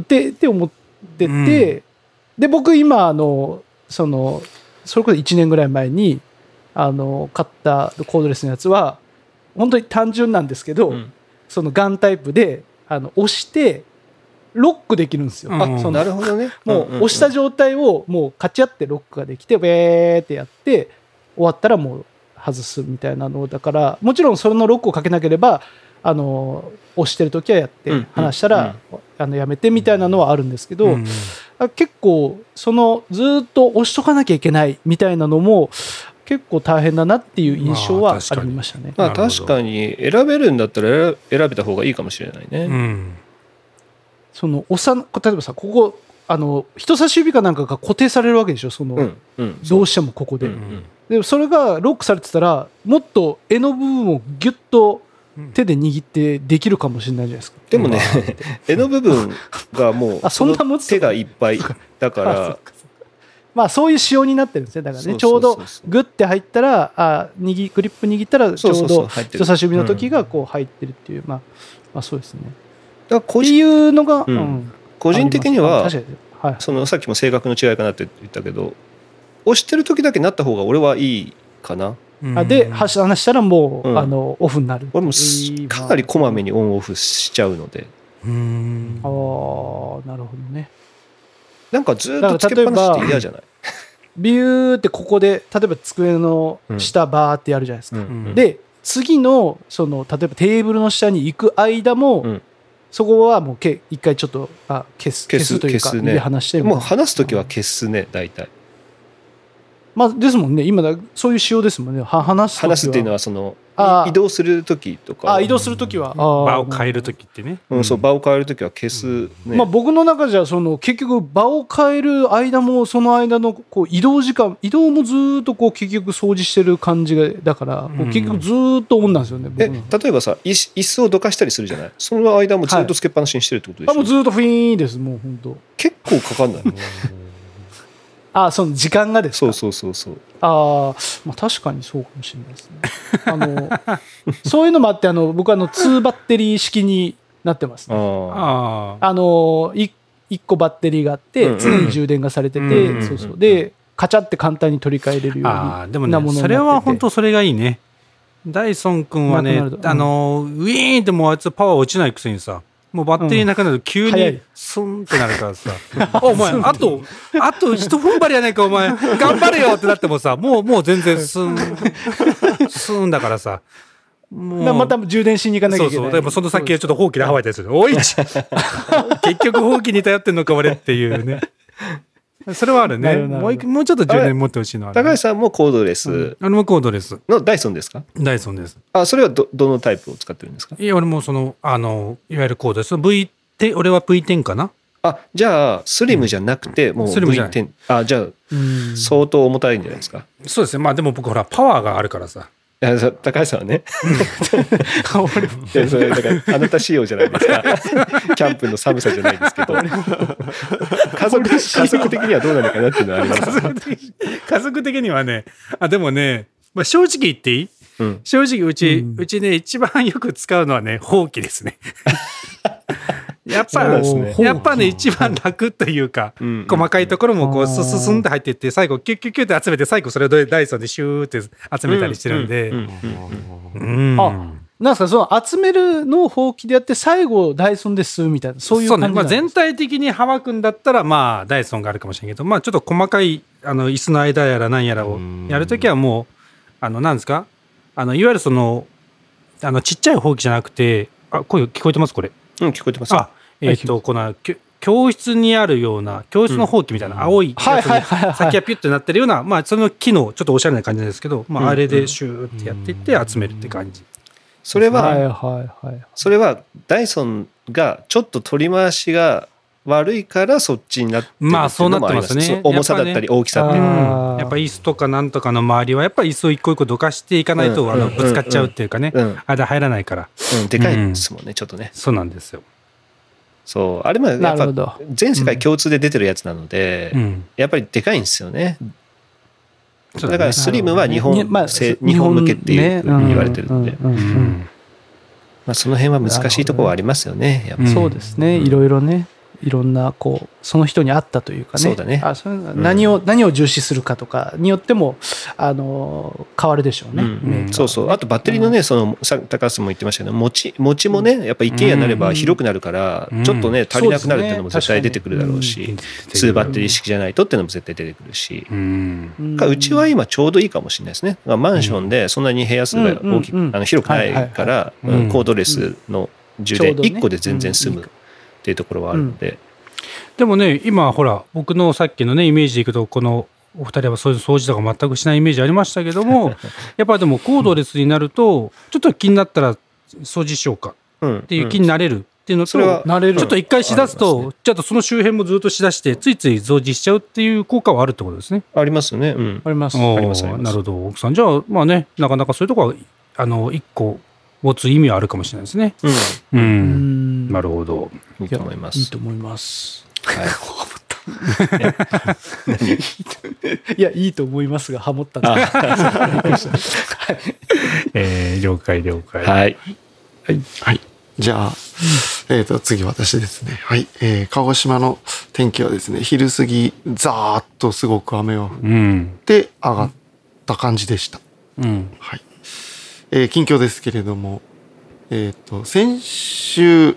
ってって思ってて、
うん
で僕今あのそのそれこそ1年ぐらい前にあの買ったコードレスのやつは本当に単純なんですけど、
うん
そのガンタイプであの押してロックできるんですよ。
うん
その
なるほどね。
も
ん
う押した状態をもうカチャってロックができてベーってやって終わったらもう外すみたいなのをだからもちろんそのロックをかけなければあの押してる時はやって
うん
離したら、あのやめてみたいなのはあるんですけど、
うん
あ結構そのずーっと押しとかなきゃいけないみたいなのも結構大変だなっていう印象
ま
は
あ確
あ
かに
りましたね。
まあ
なるほど
確かに、選べるんだったら選選べた方がいいかもしれないうね。
ん。
その押さん例えばさここあの人差し指かなんかが固定されるわけでしょその、
うん。うん。
どうしてもここで。
うん
でそれがロックされてたらもっと柄の部分をギュッと手で握ってできるかもしれないじゃないですか。
でもね、 絵の部分がもう、
あそんな持つ
手がいっぱい。だか
あそ
ら
っ、かそっかまあそういう仕様になってるんですねだからね
そうそうそうそ
ち
う
ょうどグッて入ったらあ握グリップ握ったらちょ
そううそうそう
ど
入ってる
人差し指の時がこう入ってるっていう、まあ、まあそうですね。
だから個
って
人
いうのが、
うん
うん
個人的に
あ
は
ります、あ確かにはい
そのさっきも性格の違いかなって言ったけど、押してる時だけなった方が俺はいいかな。
うん
あで、はし話したらもう、
うん
あのオフになる。
俺もす
いい
かなりこまめにオンオフしちゃうので、
うん
ああーなるほどね。
なんかずっとつけっぱなしって嫌じゃない。
ビューってここで例えば机の下バーってやるじゃないですか、
うん
で次のその例えばテーブルの下に行く間も、
うん
そこはもうけ一回ちょっとあ消す消
消
す
す
というか
消すね
指離してみたい
もう
な
話す時は消すね、大体。
まあ、ですもんね今だそういう仕様ですもんねは話す時は
話すっていうのはその
あー
移動する時とか
あ移動する時は、あー
場を変えるときってね。
うん、そう場を変える時は消すね、
まあ、僕の中じゃその結局場を変える間もその間のこう移動時間移動もずーっとこう結局掃除してる感じがだから、こう結局ずーっとオンなんですよね僕
え
の中で
例えばさ椅子椅子をどかしたりするじゃないその間もずっとつけっぱなしにしてるってことでしょ、
あもうずーっとフィーンですもう本当
結構かかんない
あその時間がです
そ
か
うそうそうそう
あー、まあ確かにそうかもしれないですねあの そういうのもあってあの僕はあの2バッテリー式になってます、ね、
ああ
ああ。
あのい1個バッテリーがあって、
うんうん
常に充電がされてて、
うんうん
そうそうでカチャって簡単に取り替えれるように
ああ、でも
なものになってて
ね、それは本当それがいいね。ダイソン君は
な
ね
くなる、と
あの、ウィーンってもうあいつパワー落ちないくせにさ、もうバッテリーなくなると急
早
に
い
スンってなるからさ、あ お前、あと、あと一踏ん張りやないかお前、頑張れよってなってもさ、もう、もう全然ス ン、スンだからさ、も
なまた充電しに行かなきゃ
そ
いうけない
そう。でもその先はちょっと放棄でハワイでする。おい ち結局放棄に頼ってんのか俺っていうね。それはある
な
ね。
るほど
もう一もうちょっと充電持ってほしいのはある
高
ね、
橋さんもコードレス
あれもコードレス。
のダイソンですか
ダイソンです。
あそれはどどのタイプを使ってるんですか
いや、俺もその、あの、いわゆるコードです。V って、俺は V10 かな
あじゃあスリムじゃなくて、もう
スリムじゃない
V10 あじゃあ
うん
相当重たいんじゃないですか、
そうですね。まあでも僕ほら、パワーがあるから さ。
いやさ高橋さんは ね
俺も
いやそれだからあなた仕様じゃないです かキャンプの寒さじゃないですけど家族家族的にはどうなのかなっていうのはあります
家族的に家族的にはね、あ、でもね、まあ正直言っていい
うん
正直うち、
うん
うちね、一番よく使うのはね、ほうきで すね。やっぱ、
そうです
ね
やっぱね、一番楽というか、
うん
細かいところもこ
あ
う、す
ー
すすんって入っていって、最後、キュッキュッキュッって集めて、最後、それをダイソンでシューって集めたりしてるんで、
うんうんうん
うん
あなんですかその集めるのをほうきでやって最後ダイソンですみたいなそういう
そう
感じな
ね
ん
まあ、
ですか
全体的にはばくんだったら、まあ、ダイソンがあるかもしれんけど、まあ、ちょっと細かいあの椅子の間やら何やらをやるときはもう、あのなんですかあのいわゆるそのあのちっちゃいほうきじゃなくてあ声聞こえてますこれ
うん聞こえてます
あえっ、とこのきょ教室にあるような教室のほうきみたいな、青い
はいはいはいはい
先がピュッてなってるような、まあ、その機能ちょっとおしゃれな感じなんですけど、ま
うん
あ、あれでシューってやっていって集めるって感じ、
それ
はい
は
はいはい
それはダイソンがちょっと取り回しが悪いからそっちになってるっていう
まあそうな
の
っ
もあり
てま
ます
すね
そう重さだったり大きさっていうのは
あー
やっぱ椅子とかなんとかの周りはやっぱ椅子を一個一個どかしていかないと、
うん
あのぶつかっちゃうっていうかね、
うん
間入らないから
うん、でかいですもんね、ちょっとね。
そうなんですよ、
そう。あれもやっ
なるほ
ぱ、
ど。
全世界共通で出てるやつなので、
うん、
やっぱりでかいんですよね。
そう
だからスリムは日
ね
本
まあ
製、
そう
日本向けっていうふうに言われてるので、
うんうんうんうん
まあその辺は難しいところはありますよね、やっぱ
うん
そうですね、
うん
いろいろね、いろんな、こう、その人に合ったというかね、
そうだね
あそういうの
うん
何を、何を重視するかとかによっても、あの、変わるでしょうね。
うん
うん
そうそう。あとバッテリーのね、その、さ高橋さんも言ってましたけど、持ち、持ちもね、やっぱ一軒家になれば広くなるから
うん、
ちょっとね、足りなくなるっていうのも
そうで
絶
すね
対出てくるだろうし、2バッテリー式じゃないとっていうのも絶対出てくるし。
うん
うん
うちは今ちょうどいいかもしれないですね。まあマンションでそんなに部屋数が大きく、
うんうんうん
あの広くないから、
はいはいはい
うんコードレスの充
ちょう
電
どね
1個で全然済むっていうところはあるので、
でもね今ほら僕のさっきのねイメージでいくとこのお二人はそういう掃除とか全くしないイメージありましたけども やっぱりでもコードレスになるとちょっと気になったら掃除しようか
うん
っていう気になれるっていうのと、
それは
慣れる
ちょっと一回しだす
あります
と、ちょっとその周辺もずっとしだして、ついつい増持しちゃうっていう効果はあるってことですね。
ありますよね。うん
あります。
おー
ありますあります
なるほど、奥さん。じゃあ、まあね、なかなかそういうとこは、あの、一個持つ意味はあるかもしれないですね。
うん
う。
うんん
なるほど。
いいと思います。
いいと思います。
はい
いや、いいと思いますが、ハモったんで
えー、了解了解。
はい。
はい。じゃあ、えっ、と、次私ですね。はい。えー鹿児島の天気はですね、昼過ぎ、ザーッとすごく雨が降っ
うん。
て上がった感じでした。
うん。
はい。えー近況ですけれども、えっ、と、先週、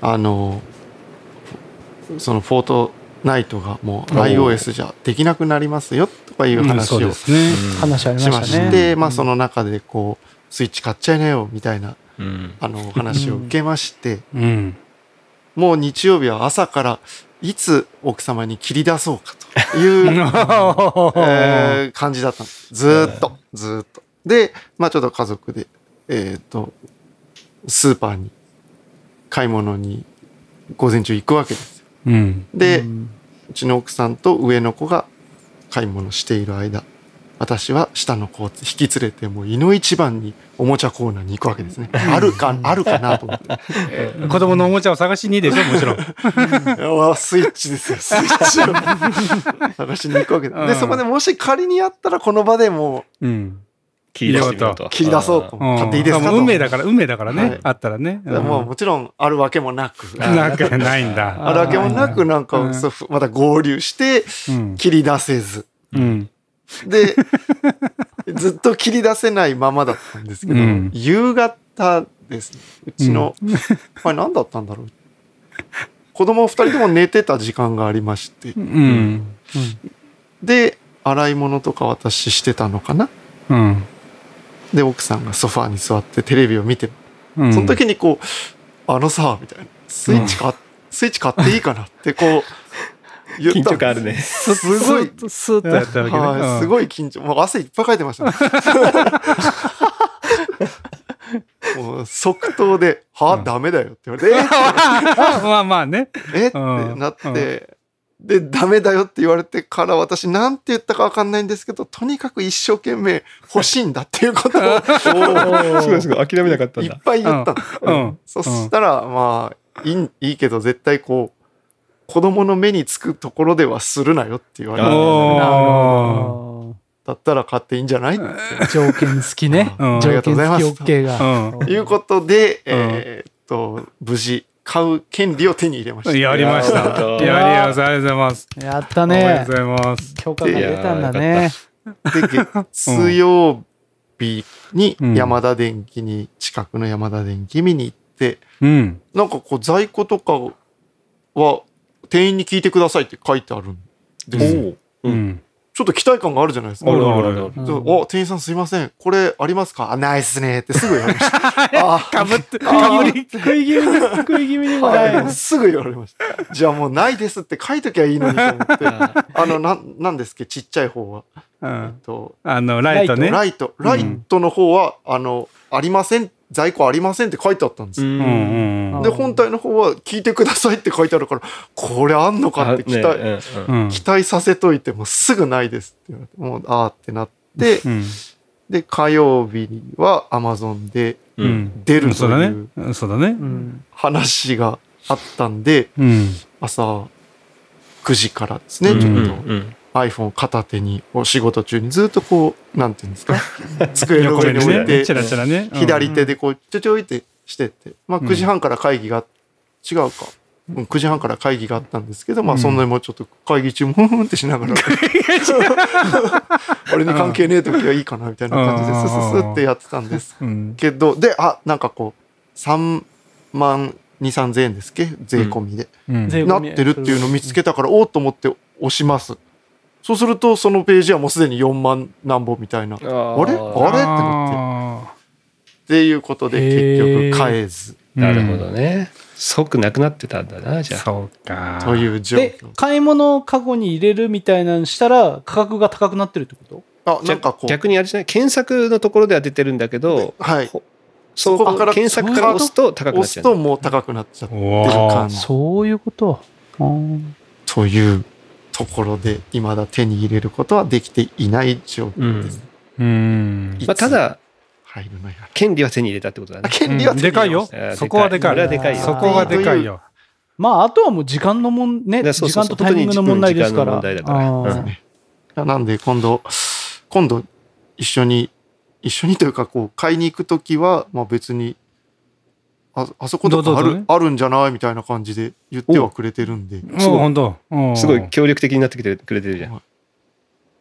あの、そのフォートナイトがもう iOS じゃできなくなりますよとかいう話
そうで
を
すね。
話ありま
しま
し
して
た、ね。
まあその中でこう、スイッチ買っちゃいなよみたいな
うん
あのお話を受けまして、
うん。
もう日曜日は朝からいつ奥様に切り出そうかという、 えー感じだったんです。ずーっと、ずーっと。で、まあちょっと家族で、えっ、と、スーパーに、買い物に、午前中行くわけですよ。
うん。
で、う
うん
ちの奥さんと上の子が買い物している間、私は下の子を引き連れて、もう井の一番におもちゃコーナーに行くわけですね。あるか、あるかなと思って。
子供のおもちゃを探しにでしょ、もちろん。
うわスイッチですよ、スイッチを探しに行くわけ
う
だ。
ん
で、そこでもし仮にやったら、この場でも
うん。
切り出してみようと。
切り出そうと。
うん
買っていいですか
もう
と。
運命だから、運命だからね。
はい
あったらね。うん
もうもちろん、あるわけもなく。
なんかないんだ。
あるわけもなく、なん
う
か、
ん
そうまた合流して、
うん。
切り出せず。
うん。
で、ずっと切り出せないままだったんですけど
うん、
夕方ですね。うちの、 これ何だったんだろう。子供二人とも寝てた時間がありまして
う。ん。
で、洗い物とか私してたのかな
うん。
で奥さんがソファーに座ってテレビを見て
うん
その時にこう「あのさ」みたいな「スイッチ買,、スイッチ買っていいかな」って こう言
緊
った
張
んで
感あ
す
るね。
す
すごい
スーッとスーッとやったわけね
はい、す
い。
ごい緊張もう汗いっぱいかいてま したねもう即答で「はあ、
うん
ダメだよ」って言われて
まあまあね。
「えっ?」ってなって。で、ダメだよって言われてから私なんて言ったかわかんないんですけど、とにかく一生懸命欲しいんだっていうことを
すごいすごい。諦めなかったん
いっ
だ。
ぱい言ったの。
うん。
そしたら、まあ、いい、いいけど、絶対こう、子供の目につくところではするなよって言われ
あ
て、
お
なる
ー
ほ
だったら買っていいんじゃないって
ど条件付きね。
あ
う
あ
ん
り
条
がと
件
うございま
付き
す。
OK が。
う
いうことで、えーっと、無事、買う権利を手に入れました。
ん。やりまし
な
た。
るほど
やりました。ありがとうございます。
やった
おめで
ね
とう。ございます。
許可が出たんだ
いやー
ね
よ。
で、月曜日に山田電機に、近くの山田電機見に行って、
うん。
なんかこう、在庫とかは、店員に聞いてくださいって書いてあるん
お
ですよ。
ーうん。
ちょっと期待感があるじゃないですか。
おる
あ
お
る
る
あ
お
るあ
る
る。
うん
そうお店員さんすいませんこれありますかあないっすねってすぐ言われましたあ
かぶって、食い気味に、食い気味に、食い気味にもな。
はいいすぐ言われましたじゃあもうないですって書いときゃいいのにと思ってあのなんなんですっけちっちゃい方は、
うん
と
あの、ライトね。
ライトライトの方は、あのありません在庫ありませんって書いてあったんですよ。
ん
うんうんうん
で、本体の方は聞いてくださいって書いてあるから、これあんのかって期待、
ねうん
うん
期待させといてもすぐないですって言われて、もう、あーってなって、
うん
で、火曜日には Amazon で
うんうん
出
う
る
んそ
と
うだ
い
ね
う
うんそうだね
うん
話があったんで、
うん
朝9時からですね、
うん
ち
う
ょっ
ん
と
うん、
iPhone 片手にお仕事中にずっとこうなんていうん ですか机の
横
上に
に
置い
ね
て
チラチラねうん
左手でこうちょちょいってしてって、まあ、
うん
9時半から会議が違うか、うん、9時半から会議があったんですけど、ま
う
あ、
ん
そんなにもうちょっと会議中もふんふんってしなが ら 俺に関係ねえ時はいいかなみたいな感じで
うん
スススってやってたんです
うん
けどであなんかこう3万2 3千円ですっけ税込みで、
うん
税
なってるっていうのを見つけたから、おおっと思って押します。そうすると、そのページはもうすでに4万何本みたいな。っ
あ
あれあれってな
あ
ていうことで、
へー
結局買えず
ー
なるほどね、即なくなってたんだなじゃあ
そうか
という状
で
況。
買い物をカゴに入れるみたいなのしたら価格が高くなってるってこと
あ、なんかこう、
逆にあれじゃない検索のところでは出てるんだけど
はい。
ほそ
そ
こ
こから
検索から押すと高くなっ
押
ち
す
ゃう
と
んだ
もう高くなっちゃって
お
る
ー
感じ。
そういうことあー
というところで、未だ手に入れることはできていない状況。
うん
うん
いつ
まあ、ただ
入るのやら。
権利は手に入れたってことだね
あ、権利は
う
手に入れ
んで
ま
か
し
いよ
た
あー
そこはでかい
これはでかいよ
そこがでかいよ
まああとはもう時間のもんね
ねそう
時
そう
間とタイミングの問題ですから
本当に時間の問題だから
あー
ねなんで今度、今度一緒に、一緒にというかこう買いに行くときは、まあ別に、ああそこと
堂
かあ
々
る、
とね
あるんじゃないみたいな感じで言ってはくれてるんで、
すごい本当うん
すごい協力的になってきてくれてるじゃん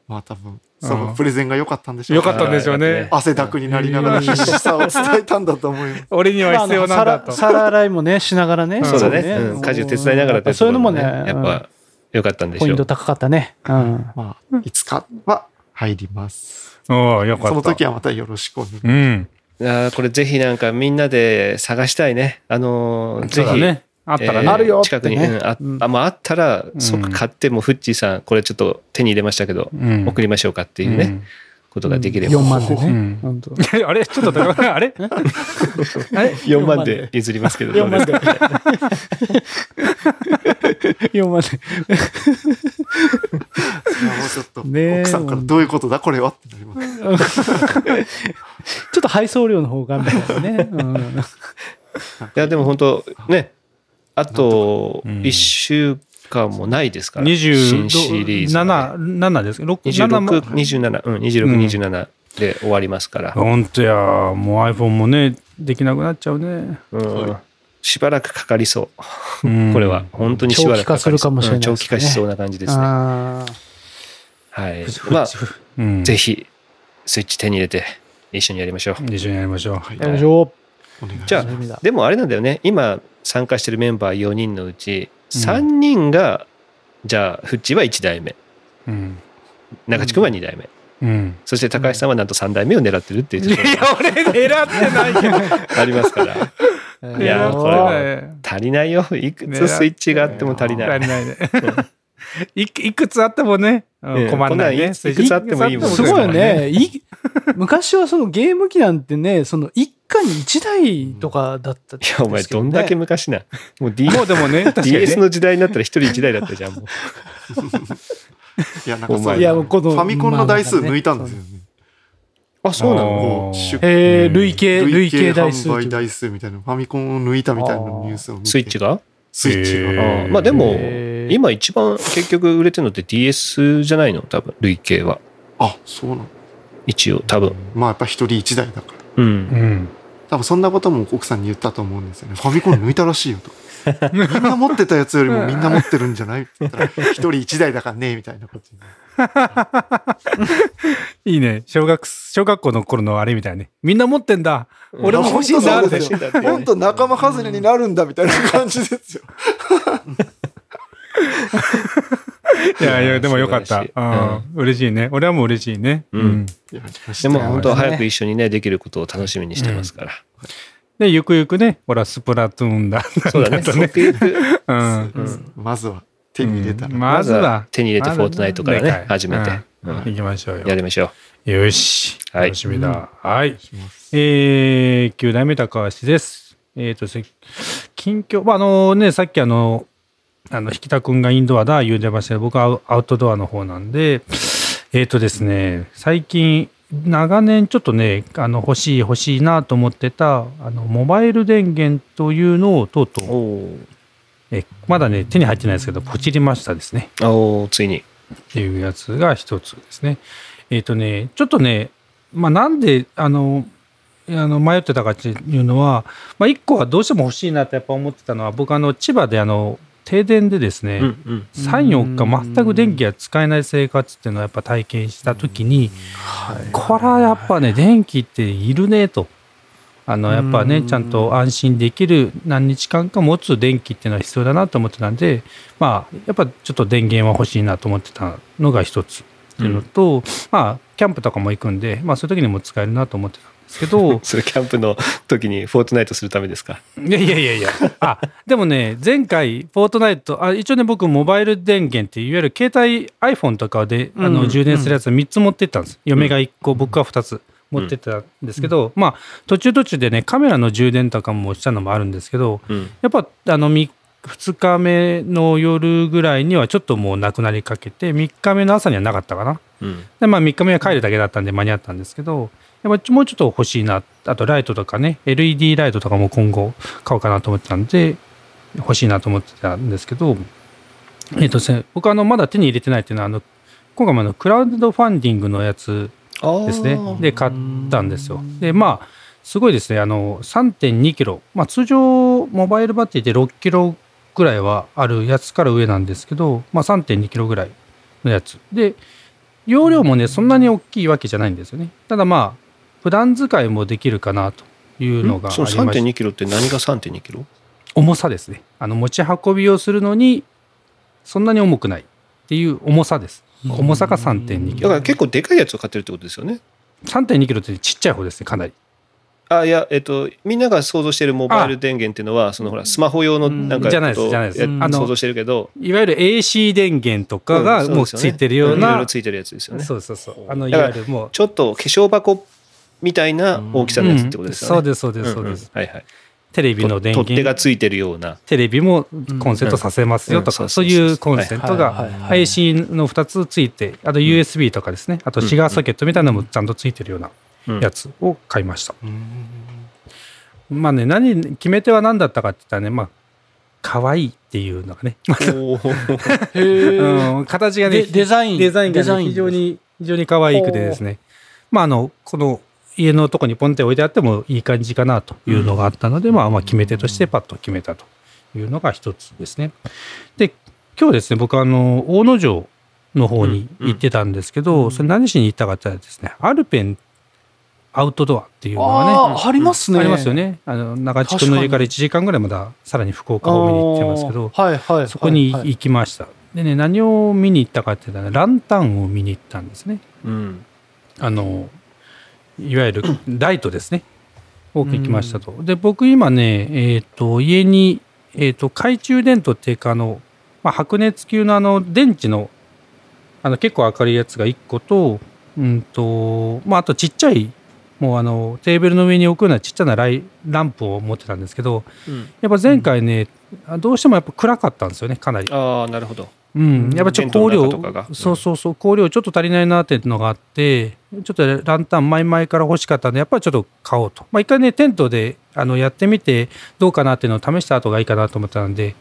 まあ多分、
うん
そのプレゼンが良かったんでしょう
良かったんでしょうね
汗だくになりなが
う
ら
ん。
必死さを伝えたんだと思います
俺には必要なんだ
まああの
と
皿皿洗いもねしながらね
うん
そうだね
そう
う
ね
ん家事を手伝いながらって
そういうのもね
やっぱ良かったんでしょ
ポ
う
イント高かったねうん
まあ、いつかは入ります。
おおよかった
その時はまたよろしくお願い
うん
あーこれぜひなんかみんなで探したいね。あのー
そ
ぜ
うだ
ひ、
ねあったら
えー
なるよ
近くに、
ってね
うんあ
うん
あまああったら
ん
即買ってもうフッチーさんこれちょっと手に入れましたけど、
うん
送りましょうかっていうね、ことができれば
4万でね
う
本当
うんあれちょっと高くないあれ
あれ
4万で譲りますけどど
4
うで
万
すか
で。4万で。
いやもう ちょっと、
ねえ
奥さんからどういうことだこれはってなります。
ちょっと配送料の方がみたいなね。うん
いやでも本当ねあと
うん
1週間もないですから、新シリーズはね、
27です六七も
2627うん
うん
2627で終わりますから、
ほんとやもう iPhone もねできなくなっちゃうね
うんしばらくかかりそう
こ
これは本当にしばらくかかり
長期化する
そう
かもしれないですね
うん長期化しそうな感じですね。
あー
はい。まあ、ぜ
ぜ
ひ、スイッチ手に入れて、一緒にやりましょう。
一緒にやりましょう
は
やりま
い
しょ
お願いします
じゃあ
楽しみだ、
でもあれなんだよね、今、参加してるメンバー4人のうち、3人が、じゃあ、フッチは1代目、
うん
中地君は2代目、
うん
そして高橋さんはなんと3代目を狙ってるっていうとこ
俺狙ってないけ
ろ
ど
がありますから、
う。
いやーこれは足りないよ。いく
狙っ
つスイッチがあっても足りない。
足りないね いくいくつあってもね
うん
困ん
こんな
ない
ん
ね
いいくつあってもいいもん
すごいよ
ね
ね。い昔はそのゲーム機なんてね、その一家に一台とかだったん
い
ですけね
や、お前、どんだけ昔な。もう D
もうでもね確かにね
DS の時代になったら一人一台だったじゃん、もう。
いや、なんか
お
そう
前
い
いやもうこの
ファミコンの台数抜いたんですよね。
あ、そうなの
こう
あー
出荷
へえ、累計、累計台数
販。売台数みたいな、ファミコンを抜いたみたいなニュースを見て。
スイッチが
スイッチが。
へ
あ
え
あ
ー
まあでも
へ、ー
今一番結局売れてるのって DS じゃないの多分、累計は。
あ、そうなの。
一応、多分。
まあやっぱ一人一台だから。
う。
うんん
多分そんなことも奥さんに言ったと思うんですよね。ファミコン抜いたらしいよと。みんな持ってたやつよりもみんな持ってるんじゃないって言ったら、一人一台だからね、みたいなこと言う。
いいね小学小学校の頃のあれみたいねみんな持って んだ俺も欲しいんだ
本当
って
そうですよ
欲しいんだって
本当仲間外れになるんだみたいな感じですよ。
いやいやでもよかっ
素
た
晴らしい
うん嬉しいね俺はもう嬉しいね
うん
うん
でも本当は
そうですね
早く一緒にね、できることを楽しみにしてますから。
でゆくゆくねほらスプラトゥーンだ
そうだね。
なん
即ゆく
う ん
うん
まずは手に入れたら。
まずは
手に入れてフォートナイトからね、始めて。うん
行きましょうよ
や。りましょう。
よし。
はい
楽しみだ。はい。えー、9代目高橋です。えっ、と、せ近況、まあ、あのね、さっきあの、あの、引田くんがインドアだ言うてましたけど、僕はアウアウトドアの方なんで、えっ、とですね、最近、長年ちょっとね、あの、欲しい欲しいなと思ってた、あの、モバイル電源というのをとうとう、
お
えまだね、手に入ってないですけど、ポチりましたですね。
ーおーついに。
っていうやつが一つですね。えっ、とね、ちょっとね、まあ、なんで、あの、あの迷ってたかっていうのは、まあ、一個はどうしても欲しいなってやっぱ思ってたのは、僕、あの、千葉で、あの、停電でですね、
うん
3、4日全く電気が使えない生活っていうのをやっぱ体験したときに、これはやっぱね、電気っているねと。あの、やっぱね、ちゃんと安心できる何日間か持つ電気っていうのは必要だなと思ってたんで、まあ、やっぱちょっと電源は欲しいなと思ってたのが一つっていうのと、まあ、キャンプとかも行くんで、まあ、そういう時にも使えるなと思ってたんですけど、
それキャンプの時にフォートナイトするためですか。
いやいやいやいや。あ、でもね、前回、フォートナイト、あ一応ね、僕、モバイル電源って、いわゆる携帯 iPhone とかで、あ
う
の
ん
充電するやつ3つ持ってったんです。嫁が1個、僕は2つ持ってったんですけど、まあ、途中途中でね、カメラの充電とかもしたのもあるんですけど、
うん。
やっぱ、あの、み2日目の夜ぐらいにはちょっともうなくなりかけて、3日目の朝にはなかったかな。
うん。
で、まあ、3日目は帰るだけだったんで間に合ったんですけど、やっぱもうちょっと欲しいな、あとライトとかね、LED ライトとかも今後買おうかなと思ってたんで、欲しいなと思ってたんですけど、えっ、とですね、僕あの、まだ手に入れてないっていうのは、あの、今回もあの、クラウドファンディングのやつ
ああ。
ですね。で、買ったんですよ。で、まあ、すごいですね。あの、3.2キロ。まあ、通常、モバイルバッテリーで6キロぐらいはあるやつから上なんですけど、まあ、3.2キロぐらいのやつ。で、容量もね、そんなに大きいわけじゃないんですよね。ただまあ、普段使いもできるかなというのがあり
そ
ま
の
して
3.2キロって何が3.2キロ
重さですね。あの、持ち運びをするのに、そんなに重くないっていう重さです。重さが3.2キ
だ
ロ
か。ら結構でかいやつを買ってるってことですよね。
3.2キロってちっちゃい方ですね、かなり。
あいや、えっと、みんなが想像しているモバイル電源っていうのは、そのほら、スマホ用のなんか
じゃないです
ことを
じゃないです
や
うんあの
想像してるけど、
いわゆる AC 電源とかが
ん
もうついてるよ
そ
う
ですねいろい
な、
ろついてるやつですよね。
そうそうそう、あのい
だか
わ
ら
ゆるもう、
ちょっと化粧箱みたいな大きさのやつってことです
そ
よ
う
ね。
です、そうです、そう
うんうん
です、
はいはい。
テレビの電
と取っ手が
源、
ついてるような。
テレビもコンセントさせますよと
うんう
か、
ん
そういうコンセン
はい
ト
はい
が
はい
AC の2つついて、あと USB とかですね、あとシガーソケットみたいなのもちゃんとついてるような
うん
やつを買いました。まあね、何、決め手は何だったかって言ったらね、まあ、可愛いっていうのがね、
おー
へえ。
うん、形がね、
でデザイン
デザイン
デ
が
ザ
ね
イン
非常に、非常に可愛くてですね。まあ、あの、この家のとこにポンって置いてあってもいい感じかなというのがあったので、まあ、まあ、決め手としてパッと決めたというのが一つですね。で、今日ですね、僕、あの、大野城の方に行ってたんですけど、それ何しに行ったかって言ったらですね、アルペンアウトドアっていうのがね、
ああ、ありますね。
ありますよ。ね。あの、長地区の家から1時間ぐらいまだ、さらに福岡方面に行ってますけど、
はいはい。
そこに
はいはい
行きました。でね、何を見に行ったかって言ったら、ランタンを見に行ったんですね。
うん
あの、いわゆ るライトですね。多く行きましたと。で、僕今ね、えっ、と、家に、えっ、と、懐中電灯っていうか、あの、まあ、白熱球のあの、電池の、あの、結構明るいやつが1個と、うんと、まあ、あとちっちゃい、もうあの、テーブルの上に置くようなちっちゃなライランプを持ってたんですけど、
うん
やっぱ前回ね、どうしてもやっぱ暗かったんですよね、かなり。
ああ、なるほど。
うん、やっぱちょっと
テントの
光量
中とかがうん
そうそうそう、光量ちょっと足りないなっていうのがあって、ちょっとランタン前々から欲しかったんで、やっぱりちょっと買おうと。まあ一回ね、テントであのやってみて、どうかなっていうのを試した後がいいかなと思ったんで、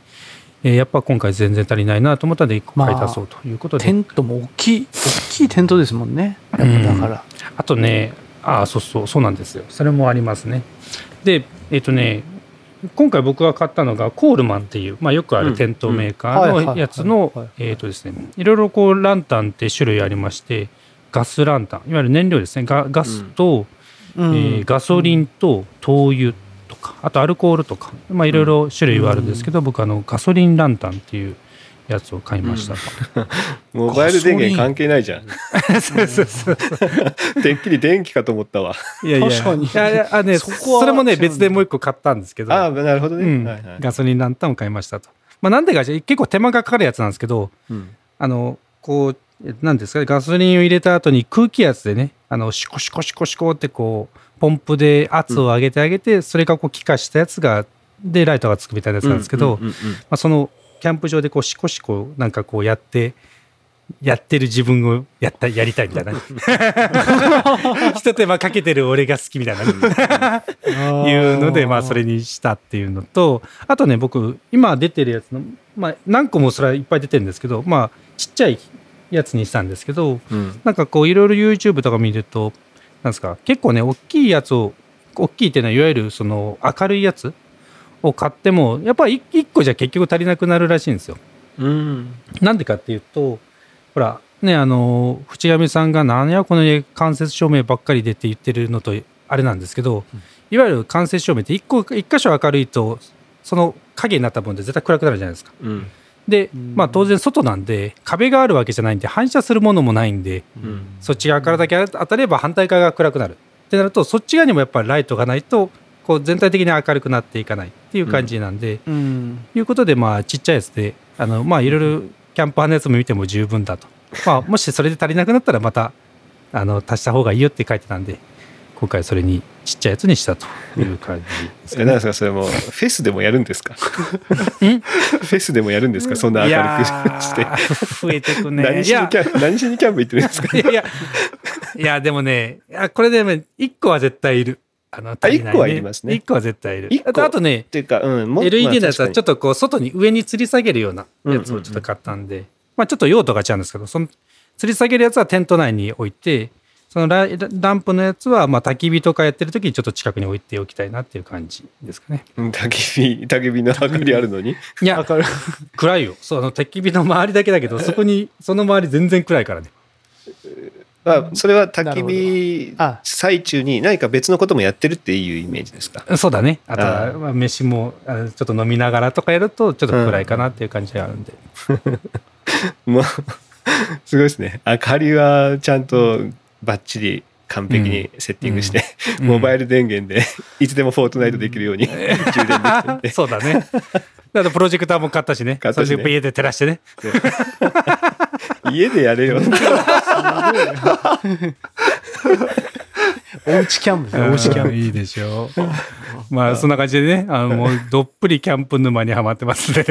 えーやっぱ今回全然足りないなと思ったんで、一個買い足そうということで。
テントも大きい、大きいテントですもんね。やっぱだから。
あとね、ああ、そうそう、そうなんですよ。それもありますね。で、えっ、とね、今回僕が買ったのがコールマンっていう、まあ、よくあ
うん
るテントメーカ
うんはい
ー
は
の
い
やつ
はい
の
はい
えっとですねいろいろこうランタンって種類ありましてガスランタンいわゆる燃料ですねガガスと、
う
えーガソリンと灯油とかあとアルコールとか、まあ、いろいろ種類はあるんですけど、僕あのガソリンランタンっていうやつを買いました、
モバイル電源関係ないじゃん。
そうそうそう
てっきり電気かと思ったわ。
いやいや
確かに
いやいやあ、ね、
そ
そ
こは
れも
違
ね
うんだ
別でもう一個買ったんですけど
ああ、なるほど
う
ね。
ん
はいはい
ガソリンランタンを買いましたと。まあ、なんでかじゃ結構手間がかかるやつなんですけど、
うん
あのこうなんですかね、ガソリンを入れた後に空気圧でね、あの、シコシコシコシコってこう、ポンプで圧を上げてあげて、それがこう、気化したやつが、で、ライトがつくみたいなやつなんですけど、
うんうんうんうん
まあ、その、キャンプ場でこう、シコシコなんかこうやって、やってる自分をやった、やりたいみ たいな。ひと手間かけてる俺が好きみたいな。いうので、まあ、それにしたっていうのと、あとね、僕、今出てるやつの、まあ、何個もそれはいっぱい出てるんですけど、まあ、ちっちゃいやつにしたんですけど、
うん
なんかこう、いろいろ YouTube とか見ると、なんですか、結構ね、大きいやつを、大きいっていうのは、いわゆるその明るいやつを買っても、やっぱり1個じゃ結局足りなくなるらしいんですよ。
うん
なんでかっていうと、ほら、ね、あの、淵上さんが、なんや、この間接照明ばっかりでって言ってるのと、あれなんですけど、いわゆる間接照明って一個、一箇所明るいと、その影になった分で絶対暗くなるじゃないですか。
うん
で、まあ当然外なんで、壁があるわけじゃないんで、反射するものもないんで、
うん
そっち側からだけ当たれば反対側が暗くなる。ってなると、そっち側にもやっぱりライトがないと、こう全体的に明るくなっていかないっていう感じなんで、
うん。
いうことで、まあ、ちっちゃいやつで、あの、まあ、いろいろキャンパーのやつも見ても十分だと。まあ、もしそれで足りなくなったら、また、あの、足した方がいいよって書いてたんで、今回それにちっちゃいやつにしたという感じです
えな
か
ん
ね。
ですかそれもうフェスでもやるんですかフェスでもやるんですかそんな明るくして
ー増えてくね。
何
い
しに
や
キ、ャン何しにキャンプ行ってるんですか
いやいや、いや、でもね、あこれでも、一個は絶対いる。あの、足りない
一個はいりますね
一個は絶対いる。
一個
あとあとね
っ、ていうか、うん、も
LED のやつはちょ
っ
っとこう外に上に吊り下げるようなやつ
うんうんう
を
ん
ちょっと買ったんで、まあちょっと用途が違うんですけど、その吊り下げるやつはテント内に置いて、そのライランプのやつはまあ焚き火とかやってる時にちょっと近くに置いておきたいなっていう感じですかね。
と、うん焚き火、焚き火の明かりあるのに。
いや、暗いよ。そう、あの焚き火の周りだけ だけど、そこに、その周り全然暗いからね。
まあ、それは焚
なる
き
ほど
火
あ
最中に何か別のこともやってるっていうイメージですか。
そうだね。あと
あ
は
ー
まあ飯もあちょっと飲みながらとかやるとちょっと暗いかなっていう感じがあるんで。
もう、すごいですね。明かりはちゃんとバッチリ完璧にセッティングして、
うん
モバイル電源でいつでもフォートナイトできるように充電できてるんで。
そうだね。だってプロジェクターも買ったしね。
買ったしね
それで家で照らしてね。
家でやれよ。
おうちキャンプだよおうちキャンプ。
いいでしょう。まあ、そんな感じでね、あの、もう、どっぷりキャンプ沼にはまってますね。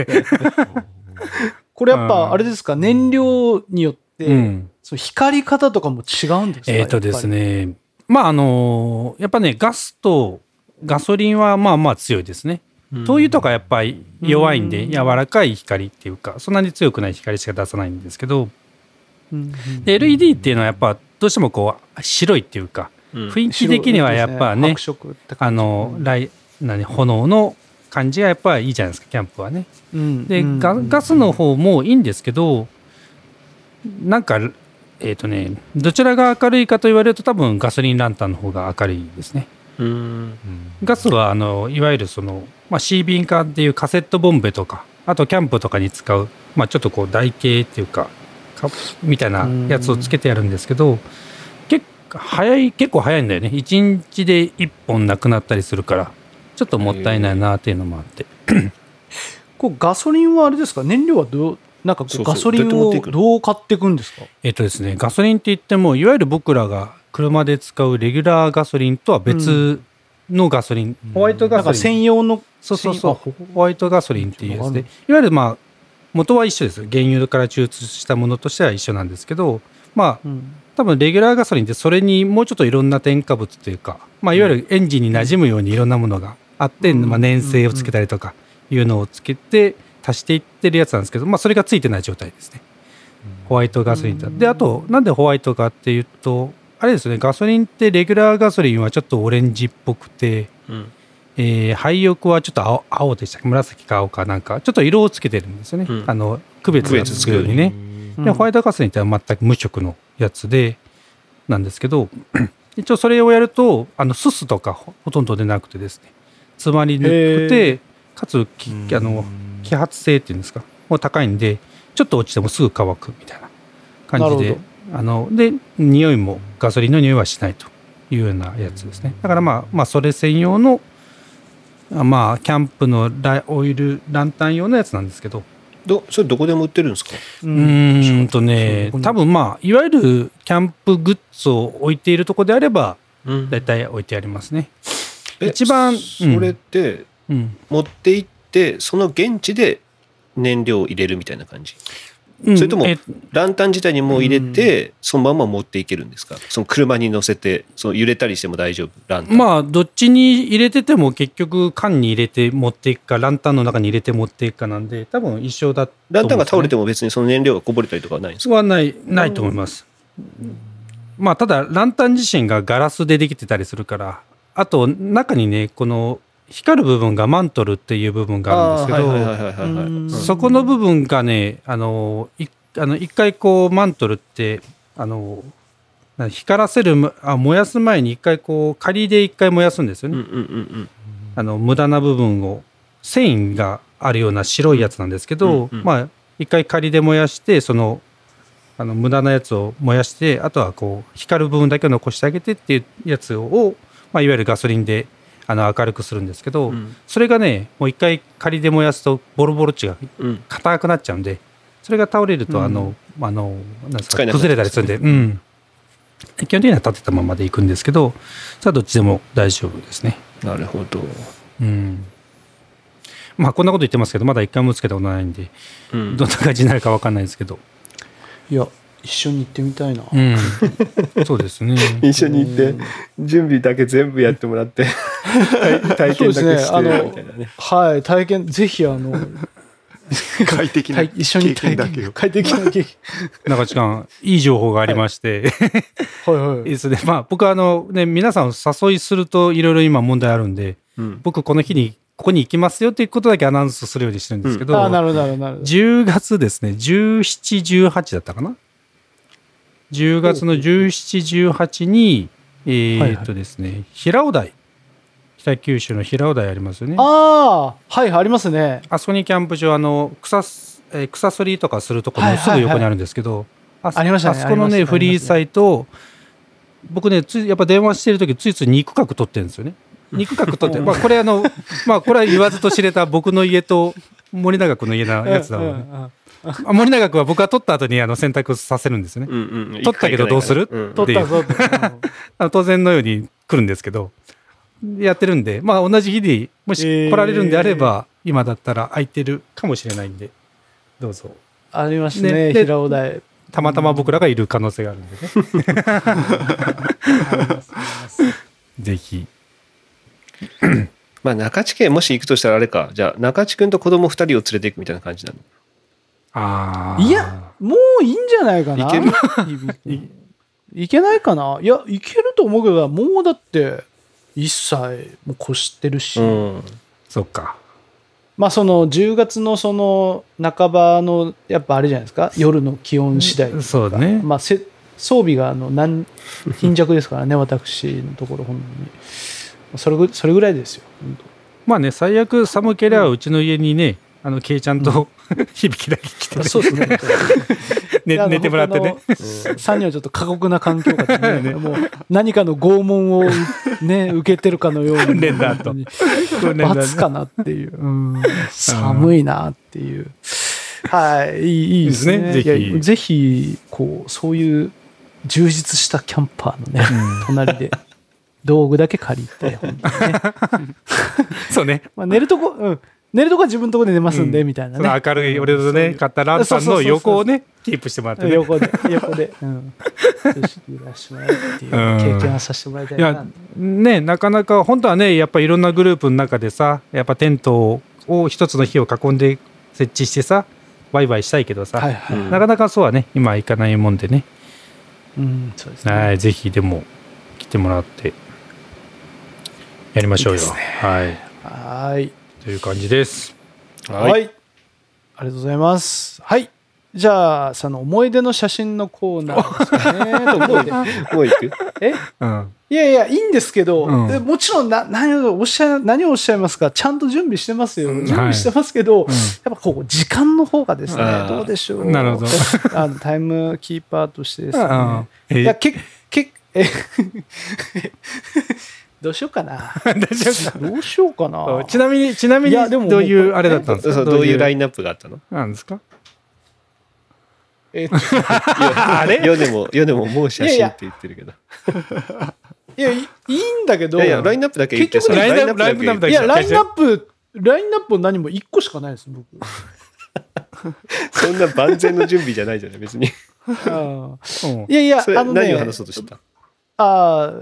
これやっ
うん
ぱ、あれですか、燃料によって、
うん
その光り方とかも違うんですか
えっとです。ね、まあ、あの、やっぱね、ガスとガソリンはまあまあ強いですね。灯油とかやっぱり弱いんで、
うん
柔らかい光っていうか、そんなに強くない光しか出さないんですけど、
やっぱり
で LED っていうのはやっぱ、どうしてもこう、白いっていうか、雰囲気的にはやっ
白
ぱ
い
ね
です、白色って
あ
感じ
の、来、何、炎の感じがやっぱいいじゃないですか、キャンプはね。
うん
で、
うん
ガガスの方もいいんですけどなんかえっ、とねどちらが明るいかと言われると多分ガソリンランタンの方が明るいですねガスはあのいわゆるその、まあ、シービン缶っていうカセットボンベとかあとキャンプとかに使う、まあ、ちょっとこう台形っていうかかみたいなやつをつけてやるんですけど結構早い結構早いんだよね1日で1本なくなったりするからちょっともったいないなっていうのもあって
こうガソリンはあれですか燃料はどうなんかこ
そうそう
うガソリン
どうやって持ってい
を
くの
どう買っていくんですか
えっとですね、ガソリンって言っても、いわゆる僕らが車で使うレギュラーガソリンとは別のガソリン、ホワイト
な
ガ
ん
ソ
か
リン。
専用の
そうそう
専用あ
そう
ほ、
ホワイトガソリンっていうやつで、いわゆるまあ、元は一緒です。原油から抽出したものとしては一緒なんですけど、まあ、
うん
多分レギュラーガソリンってそれにもうちょっといろんな添加物というか、まあ、いわゆるエンジンに馴染むようにいろんなものがあって、
うん
まあ、粘性をつけたりとかいうのをつけて足していってるやつなんですけど、まあ、それがついてない状態ですねホワイトガソリンだ
うん
であとなんでホワイトかっていうとあれですねガソリンってレギュラーガソリンはちょっとオレンジっぽくて、えー、廃浴はちょっと青青でしたっけ紫か青かなんかちょっと色をつけてるんですよね、
うん
あの区別がつくようにね、
う
で
ん
ホワイトガスにってのは全く無色のやつでなんですけど 一応それをやるとあのすすとかほほとんど出なくてですね詰まりにくくてかつきあの揮発性っていうんですかもう高いんでちょっと落ちてもすぐ乾くみたいな感じ
な
で
る
あので匂いもガソリンの匂いはしないというようなやつですねだからまあまあそれ専用のあまあキャンプのライオイルランタン用のやつなんですけど
どそれどこでも売ってるんですか
うーんとね、多分まあ、いわゆるキャンプグッズを置いているとこであれば、大体置いてありますね。
え
一番うん
それって
うん。
持って行ってその現地で燃料を入れるみたいな感じ
うん
それとも
え
ランタン自体にもう入れてそのまま持っていけるんですかその車に乗せてその揺れたりしても大丈夫ランタン
まあ、どっちに入れてても結局缶に入れて持っていくか、ランタンの中に入れて持っていくかなんで、多分一緒だと思
ラ
うん
ン
ですよ
タ
ね、
ンが倒れても別にその燃料がこぼれたりとかはないんです
そ
か
れはない、ないと思います。まあ、ただ、ランタン自身がガラスでできてたりするから、あと、中にね、この光る部分がマントルっていう部分があるんですけど、
あーはいはいはいはいはいはい
そこの部分がね、あの、いあの一回こう、マントルって、あの、な光らせるむあ、燃やす前に一回こう、仮で一回燃やすんですよ
うん
ね。
うんうん
あの、無駄な部分を、繊維があるような白いやつなんですけど、
うんうん
まあ、一回仮で燃やして、その、あの、無駄なやつを燃やして、あとはこう、光る部分だけを残してあげてっていうやつを、まあ、いわゆるガソリンで、あの、明るくするんですけど、
うんうん
それがね、もう一回仮で燃やすと、ボロボロっちが
うん
硬くなっちゃうんで、それが倒れると、
うん
あの、あの、なんです
使え
か、
なくなっちゃう
崩れたりするんで、うん。基本的には立てたままでいくんですけど、さあどっちでも大丈夫ですね。
なるほど、
うん。まあ、こんなこと言ってますけど、まだ一回もつけたことないんで、
うん
どんな感じになるかわかんないですけど。
いや、一緒に行ってみたいな。
う ん。そうですね。
一緒に行って準備だけ全部やってもらって体 体験だけし
そうですね
てみたいなね
はい、体験、ぜひ、あ の、
快適な
体一緒
経
に
験
体
だけ
験
を。
快適な経験。
中地君、いい情報がありまして、、
はいはい
い
い。
ですね。まあ、僕はあの、ね、皆さんを誘いするといろいろ今問題あるんで、
うん
僕この日に、ここに行きますよっていうことだけアナウンスするようにしてるんですけど、
ああ、なるほど、なるほどなるほど。
10月ですね、17、18だったかな。10月の17、18に、え
はいは
ーっ
い
とですね、平尾台、北九州の平尾台ありますよね。
ああ、はい、ありますね。
あそこにキャンプ場、あの草す、えー草剃りとかするところ
はい
のす
はいは
ぐ
い
横にあるんですけど、あそ
ありましたね
あそこの
あり
ね、
ます
フリーサイト、僕ね、ついやっぱ電話してるとき、ついつい肉角取ってるんで すよね。肉角取って、まあこれあの、まあこれは言わずと知れた僕の家と森永君の家のやつだわ、ね。
うんうんうん
あ森永君は僕が取った後にあの洗濯させるんですよね。
うんうん
取ったけどどうする
ん
取ったぞ。
あの当然のように来るんですけど、やってるんで、まあ同じ日にも
え
し
ー
来られるんであれば、今だったら空いてるかもしれないんで、どうぞ。
ありました
ね
ね、
で
平尾台。
たまたま僕らがいる可能性があるんでね。ぜひ。
まあ中地家もし行くとしたらあれかじゃあ中地君と子供2人を連れていくみたいな感じなの
あー
いや、もういいんじゃないかな。
いける
いいけないかないや、いけると思うけどな、もうだって、一切もう越してるし、
うん
そっか。
まあその10月のその半ばの、やっぱあれじゃないですか、夜の気温次第。
そうだね。
まあせ装備があの何貧弱ですからね、私のところ、本当に。それぐそれぐらいです よ、本当
まあね、最悪寒けりゃうちの家にね、あの、ケイちゃんと、 響きだけ来てね、
そうですね。いや
ね
あの
寝てもらってね。
他の3人はちょっと過酷な環境下 で、ね、もう何かの拷問を、ね、受けてるかのように
練だと訓練だ ね
罰かなっていう、うん寒いなっていうはいいいいいですね
いいですねぜひ
いやぜひこうそういう充実したキャンパーのね、隣で道具だけ借り て、本当にね
そうね。
まあ、寝るとこ、うん、寝るとこは自分のとこで寝ますんで、みたいな
そ
ね
の明るい俺の
そうい
ね、
う
買ったランタンの横をね、キープしてもらってね。
横 で、横で、うん。組織出してもらうっていう経験をさせてもらいたい
い
な
や。、ね、なかなか、本当はね、やっぱいろんなグループの中でさ、やっぱテントを一つの火を囲んで設置してさ、ワイワイしたいけどさ、
はいはい。
なかなかそうはね、今行かないもんでね、
うん、そうですね。
はい、ぜひでも来てもらって、やりましょうよ。
いいですね
はい。
はーい。
という感じです。
はい。ありがとうございます。はい。じゃあ、その思い出の写真のコーナ ーですかね。
もう行く
とえ
うん。
いやいや、いいんですけど、
うん
でもちろんな何をおっしゃ、何をおっしゃいますか、ちゃんと準備してますよ。
うん
準備してますけど、
うん
やっぱこう、時間の方がですね
あ、ー
どうでしょう。
なるほど。
あのタイムキーパーとしてですね。
ああえ
いや、け、け、え、 どうしようかな。
大丈夫
どうしようかな。
ちなみに、ちなみ
いやでも
に、どういうあれだったんです
そ
か
うどういうライ
ン
ンナップがあったの
なんですか
えっとあれ世でも、世でももう写真って言ってるけど。
いや、いいいんだけど、
いやいや、ラインナップだけ言ってさ、
結局ね
だけ言って
ナップ
いやラインナ
ッ
ップ、ラインナップ何も1個しかないです、 僕。
そんな万全の準備じゃないじゃない、別に。
ああ
プ
いやいや、
それ
あのね、
何を話そうとしてた
ああ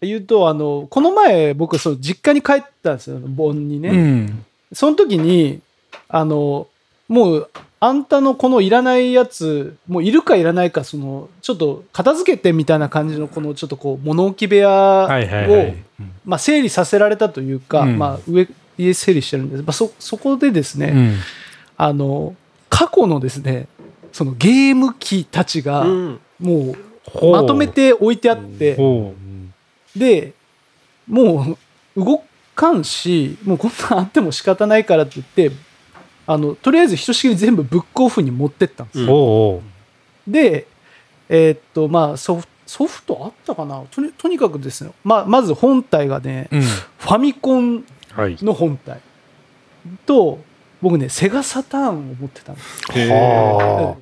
言うとあのこの前僕そう実家に帰ったんですよ盆にね、
うん。
その時にあのもうあんたのこのいらないやつもういるかいらないかそのちょっと片付けてみたいな感じのこのちょっとこう物置部屋を、
はいはいはい。
まあ、整理させられたというか、
うん
まあ、上家整理してるんです、まあ、そそこでですね、
うん
あの過去のですねそのゲーム機たちが
うん。
もう
ほう
まとめて置いてあって、
ほ
でもう動かんしもうこんなんあっても仕方ないからって言ってあのとりあえずひとしきり全部ブックオフに持ってったんです、
う
う。
ん
ほ
でえーっとまあソフソフトあったかなとにとにかくですね、まあ、まず本体がね
う。うん。
ファミコン
はい。
の本体と僕ねセガサターンを持ってたんです
は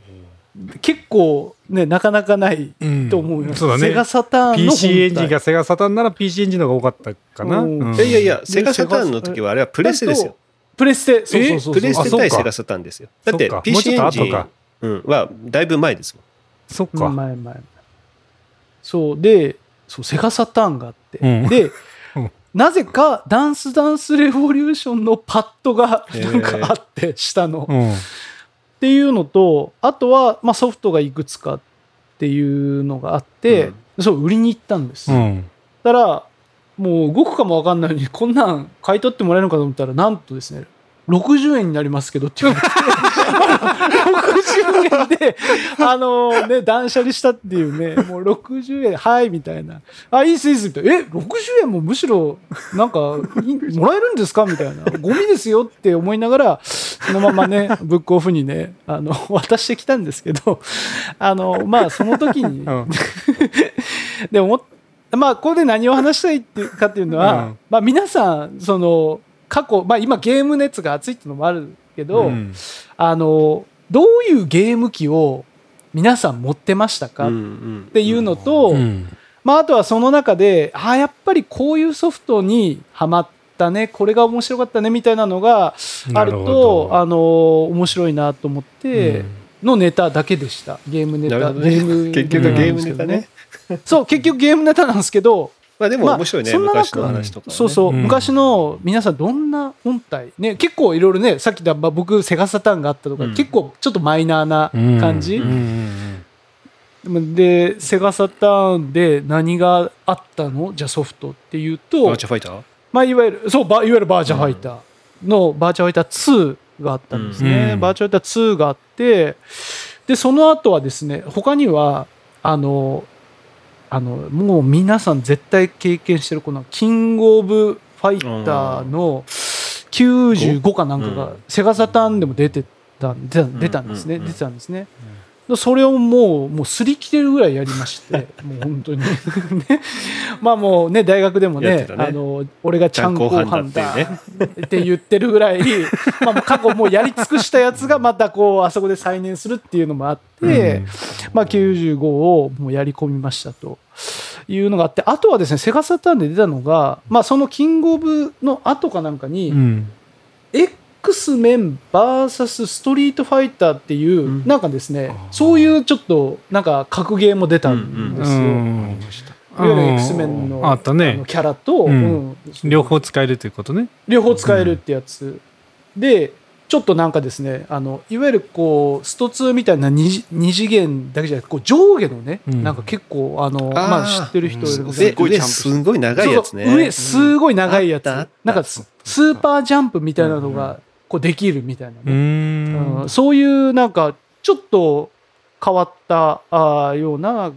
結構ねなかなかない
あ。
と思います、
そうだね。
セガサターンの本体
PC エンジンがセガサタンなら PC エンジンの方が多かったかな。
うん
うん
いやいやいや、セガサターンの時はあれはプレステですよ。
プレステそうそうそう
プ
そう
レステ
あそう
対
か
セガサターンですよ。だ
そ
っ
ってか
PC エ
も
ン
うちょ
ジ
っと
ン
後か
うんはだいぶ前ですもん。
そっ
前
か。
前前そうでそうセガサターンがあって、
うん
で、
うん
なぜかダンスダンスレボリューションのパッドが
へー
なんかあって下の、
うん。
っていうのとあとは、まあ、ソフトがいくつかっていうのがあって、そう売りに行ったんです、
う
だ
ん。
からもう動くかもわかんないのにこんなん買い取ってもらえるのかと思ったらなんとですね60円になりますけどって言われて60円で、あのね、断捨離したっていうね、もう60円、はい、みたいな。あ、いいっす、いいっす、みたいな。え、60円もむしろ、なんか、いもらえるんですかみたいな。ゴミですよって思いながら、そのままね、ブックオフにね、あの、渡してきたんですけど、あの、まあ、その時に、
うん
でも、まあ、ここで何を話したいっていうかっていうのは、
うん
まあ、皆さん、その、過去、まあ、今、ゲーム熱が熱いっていうのもあるけど、
うん
あの、どういうゲーム機を皆さん持ってましたか、
うん
っ
ん
ていうのと、
うん
まあ、あとはその中で、ああ、やっぱりこういうソフトにはまったね、これが面白かったね、みたいなのがある
なるほ
と、
ど
あの、面白いなと思って、のネタだけでした。ゲームネ
なる
タ。
ほどね
ゲ ーム
結
局
なん
ゲ
ーム
ですけど
ネタね。
そう、結局ゲームネタなんですけど、
まあでも
まあ
面白いね、
そんな中
昔の話とか、ね。
そうそう、
うん
昔の皆さんどんな本体ね結構いろいろねさっきだまあ僕セガサターンがあったとか、
うん
結構ちょっとマイナーな
うん
感じ、
うんうん
でセガサターンで何があったのじゃあソフトっていうと
バーチャファイター
まあ、いわゆるそうバいわゆるバーチャファイターの、バーチャファイター2があったんですね、
うん
バーチャファイター2があってでその後はですね他にはあのあのもう皆さん絶対経験してるこのキングオブファイターの95かなんかが、
うん
セガサターンでも出てた出た出たんですね、
うんうんうん
出てたんですね、でそれをもう、もう擦り切れるぐらいやりま して、もう本当に、 ね。まあもうね、大学でも
やっ
ね
て、たね
あの、俺がちゃんこ判
ちゃんこ
だ
判だ
って言ってるぐらい、まあもう過去もうやり尽くしたやつがまたこう、あそこで再燃するっていうのもあって、まあ95をもうやり込みましたというのがあって、あとはですね、セガサターンで出たのが、まあそのキングオブの後かなんかに、
うん。
X メン VS ストリートファイターっていう、
うん
なんかですねそういうちょっとなんか格ゲーも出たんですよ、
うん
いわゆる X メンの
あった
あの
ね。
キャラと、
うん
うん
両方使えるということね。
両方使えるってやつ、でちょっとなんかですねあのいわゆるこうスト2みたいな二次二次元だけじゃなくてこう上下のね、
うん
なんか結構あの
ー
まあ、知ってる人いる
うん
みた
すっ
いな
ごい
で
ジャンプする
すごい長いやつね。
そうそう上、すごい長いやつ。
あったあった
なんかス、スーパージャンプみたいなのが、こう、できるみたいな
うー
ね、
ん。
うんそういう、なんか、ちょっと変わったあーような、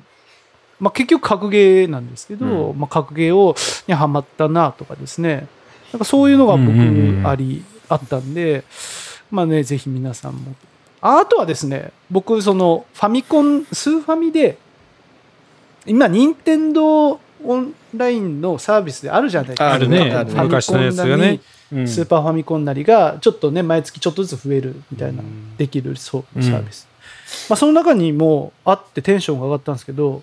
まあ、結局、格ゲーなんですけど、まあ、格ゲーを、にはまったなとかですね。なんか、そういうのが僕
うんうんう、ん
あり、あったんで、まあね、ぜひ皆さんも。ああとはですね、僕、その、ファミコン、スーファミで、今、任天堂オンラインのサービスであるじゃないですか。
あるねあるね
昔のやつがね。
うん
スーパーファミコンなりが、ちょっとね、毎月ちょっとずつ増えるみたいな、できるそうサービス。まあ、その中にもあってテンションが上がったんですけど、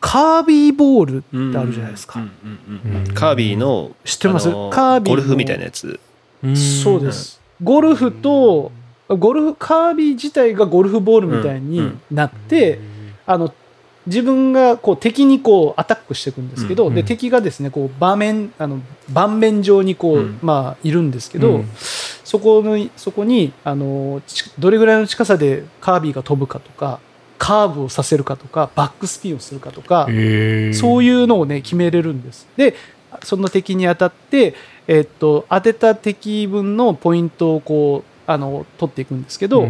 カービーボールってあるじゃないですか。
うんうんうんうんカービィの
知ってます
あの
カービィの
ゴルフみたいなやつ
そうです。ゴルフと、ゴルフ、カービィ自体がゴルフボールみたいになって、あの、自分がこう敵にこうアタックしていくんですけど、
うん
で、敵がですね、こう場面、あの、盤面上にこう、
うん
まあ、いるんですけど、
うん
そこの、そこに、あの、ちどれぐらいの近さでカービィが飛ぶかとか、カーブをさせるかとか、バックスピンをするかとか、そういうのをね、決めれるんです。で、その敵に当たって、えっと、当てた敵分のポイントをこう、あの、取っていくんですけど、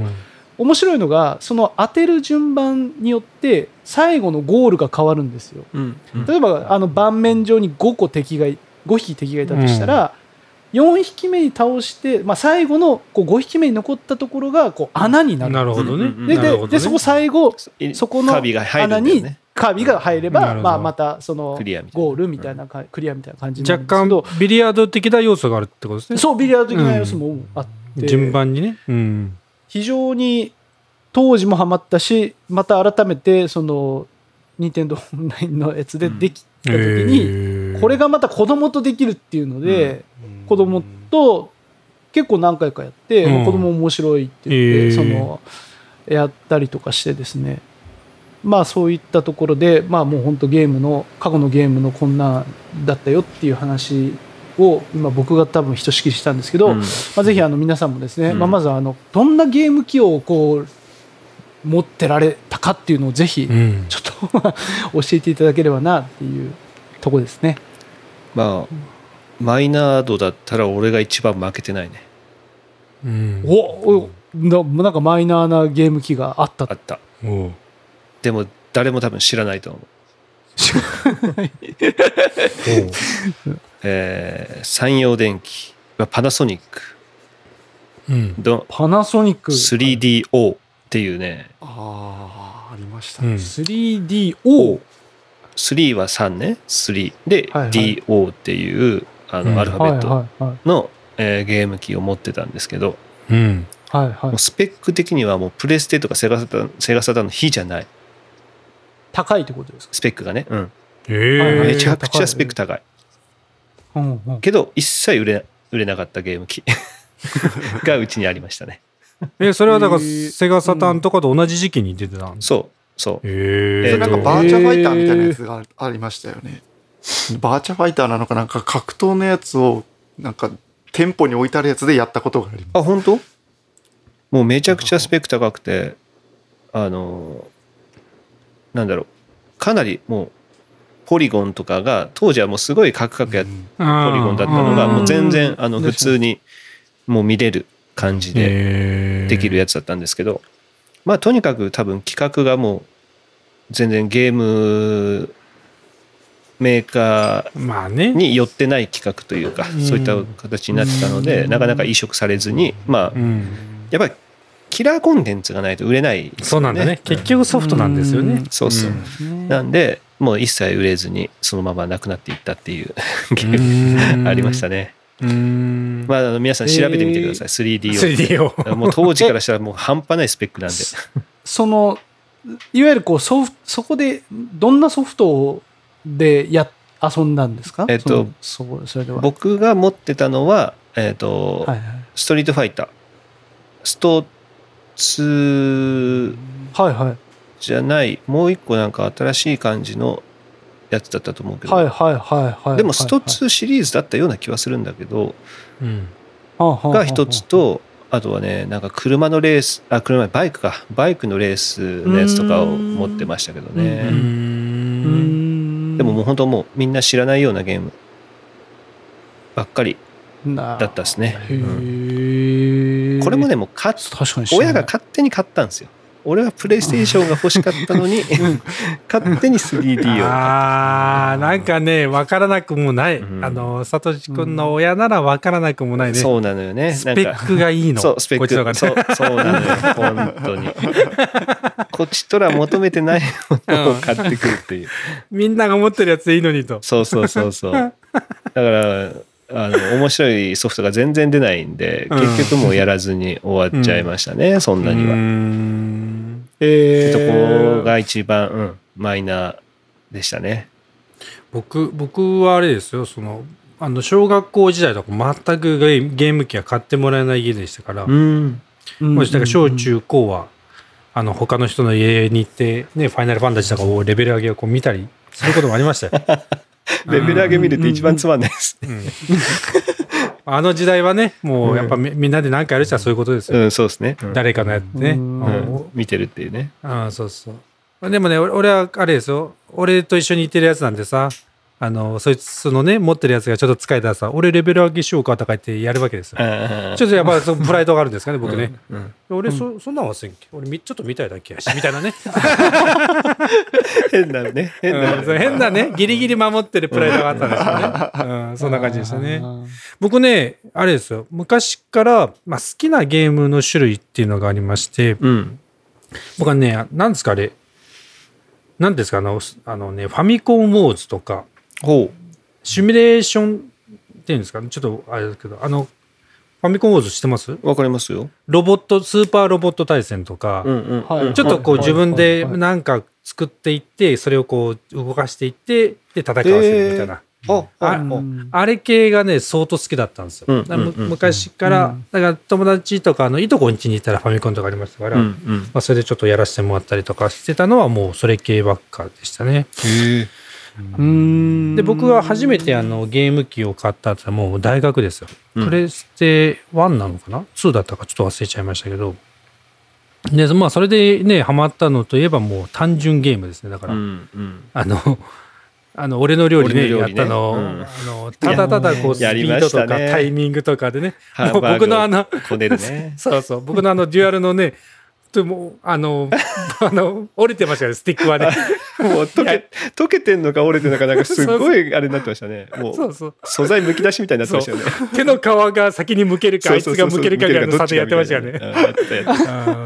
面白いのが、その当てる順番によって、最後のゴールが変わるんですよ。
うん
例えば、あの、盤面上に5個敵がい、5匹敵がいたとしたら、4匹目に倒して、まあ、最後のこう5匹目に残ったところがこう穴になる。
なるほどね。
うん
で
な
で
るほどね
で、そこ最後、
い
そこの
カービィが入る
穴
んだよ
に
ね
カービィが入れ
な
ば、
るほど
まあ、またその
クリアみたいな
ゴールみたいなかクリアみたいな感じになる
若
んですけ
干
ど、
ビリヤード的な要素があるってことですね。
そうビリヤード的な要素もあって、
順番にね。うん。
非常に当時もハマったしまた改めてその任天堂オンラインのやつでできた時に、これ
が
がまた子供とできるっていうので、子供と結構何回かやって、
うん
まあ子供面白いって言って、
へー
そのやったりとかしてですねまあそういったところでまあもう本当ゲームの過去のゲームのこんなんだったよっていう話を今僕が多分ひとしきりしたんですけど、
うん
まあ、ぜひあの皆さんもですね、
うん
まあ、まずはあのどんなゲーム機をこう持ってられたかっていうのをぜひ
うん。
ちょっと 教えていただければなっていうとこですね。
まあマイナードだったら俺が一番負けてないね
うん
おおななんかマイナーなゲーム機があった
あった
おう
でも誰も多分知らないと思う えー、山陽電機パナソニック
うん。
の
パナソニック
3DO っていうね
ああ、ありました
う。ん
3DO
3は3ね3で、
はいはい
DO っていうあの、
うん
アルフ
はい
ァ
はい
ベット
はい
の、えーゲーム機を持ってたんですけど
うん。
はいは
も
いう
スペック的にはもうプレステとかセガサタンセガサタンの比じゃない
高いってことですか
スペックがね、うん、
へー
め
え
ちゃくちゃスペック高い
うんうん
けど一切売れ売れなかったゲー ム機がうちにありましたね
え。それはだから
えー
セガサタンとかと同じ時期に出てたんです
そうそう
へ
え
それ
ー
なんかバーチャファイターみたいなやつがありましたよね。バーチャファイターなのかなんか格闘のやつをなんか店舗に置いてあるやつでやったことがありま
あ本当もうめちゃくちゃスペック高くてあのなんだろうかなりもうポリゴンとかが当時はもうすごいカクカクやっ
ポ
ポリゴンだったのが
うん
もう全然あの
確かに
普通にもう見れる感じでできる
や
やつだったんですけどまあとにかく多分企画がもう全然ゲームメーカ
つ。まあね。
ーに寄ってない企画というか
うん
そういった形になってたのでなかなか移植されずにまあ
うん。
やっぱりキラーコンテンツがないと売れない
そうなんだね。結
局
局ソフトなんですよね。
そうそうなんでもう一切売れずにそのままなくなっていったっていうゲーム
ん。
ありましたね
うん。
まああの皆さん調べてみてください 3D
3D を。
をもう当時からしたらもう半端ないスペックなんで
そのいわゆるこうソフそこでどんなソフトをでや遊んだんですか
えっと
そのそうそれでは
僕が持ってたのは、えっと
はいは
ストリートファイタースト2
いはいはい
じゃないもう一個なんか新しい感じのやつだったと思うけど、
はいはいはいはい
でもスト
はい
2シリーズだったような気はするんだけど、
うん。
はあはあはあ
が一つとあとはねなんか車のレースあ車バイクかバイクのレースのやつとかを持ってましたけど
う
う。
ね
うんん
でももう本当もうみんな知らないようなゲームばっかり
な
だったですね、
へえ
これもねもう勝つ
確かに知らな
親
い
が勝手に買ったんですよ俺はプレイステーションが欲しかった のに、勝手に 3D を。
ああ、なんかね、わからなくもない。
うん
あの、さとしくんの親ならわからなくもないね。
そうなのよね。
ス
なん
ペ
か
ックがいいの。
そう、スペッ
こっちの
ク。
方
そ
がね
う、そうなのよ。本当に。こっちとら求めてないものを買ってくるっていう。
みんなが持ってるやつでいいのにと。
そうそうそうそう。だから、あの、面白いソフトが全然出ないんで、
うん
結局もうやらずに終わっちゃいましたね、そんなには。
ん。
って
え
とこ
ー、
が一番、うん、マイナーでしたね。
僕、僕はあれですよ、その、あの、小学校時代とか全くゲームゲーム機は買ってもらえない家でしたから、
うん。
もしだから小中高は、あの、他の人の家に行って、ね、ファイナルファンタジーとかをレベル上げをこう見たりすることもありましたよ。
レベル上げ見るって一番つまんないです。
うんあの時代はね、もうやっぱみ,、ん、なで何かやる人はそういうことです
う
よ。
ん、そうですね。
誰かのやってね。
うん
う
うん
ん、見てるっていうね。
ああ、そうそう。でもね、俺俺はあれですよ。俺と一緒にいてるやつなんでさ、あの、そいつのね、持ってるやつがちょっと使えたらさ、俺レベル上げしようかとか言ってやるわけですよ。
あ
ちょっとやっぱそのプライドがあるんですかね、僕ね。
ーうん
俺そ、そんなんはせんけ。俺み、ちょっと見たいだけやし、みたいなね。
変なね。変
うんそう
な。
変なね、ギリギリ守ってるプライドがあったんですよね。うん、そんな感じでし たね。僕ね、あれですよ。昔から、まあ、好きなゲームの種類っていうのがありまして、
うん。
僕はね、なんですかあれ、なんですかあの、すあのね、ファミコンウォーズとか、
ほ
シミュレーションっていうんですかね、ちょっとあれですけど、あの、ファミコンウォーズ知ってます
う。わかりますよ。
ロボット、スーパーロボット対戦とか、
うんうん。
はい
ちょっとこう
はい
自分で
はいはい
なんか作っていって、それをこう動かしていって、で戦わせるみたいな。
あ、あ、
ああれ系がね、相当好きだったんですよ。
うん
だからむ
うんうん
昔から、
うん
だから友達とか、あの、いとこん家に行ったらファミコンとかありましたから、
うん
ま
うん。
あ、それでちょっとやらせてもらったりとかしてたのは、もうそれ系ばっかでしたね。
へえ。
で
で、僕は初めてあの、ゲーム機を買ったってもう大学ですよ。
うん
プレステ1なのかな ?2 だったかちょっと忘れちゃいましたけど。で、まあ、それでね、ハマったのといえばもう単純ゲームですね。だから、
うんうん。
あの、あの俺の料理ね
俺の料理ね
やったの,、
うん
あのただただこうスピ
やりま
ード
し
と
たね
かタイミングとかでね
ハ
も
ン
う
バー
僕
グ
のあの。
をこねるね
そうそう僕のあのデュアルのねでもあの あの折れてましたよねスティッ クはね
もう溶け、溶けてんのか折れてんのか、なんかすごいあれになってましたね。も
そううそう
素材むき出しみたいになってましたよね。
手の皮が先に向けるかあいつが向けるかぐらいの差でやってましたよね
ね。
う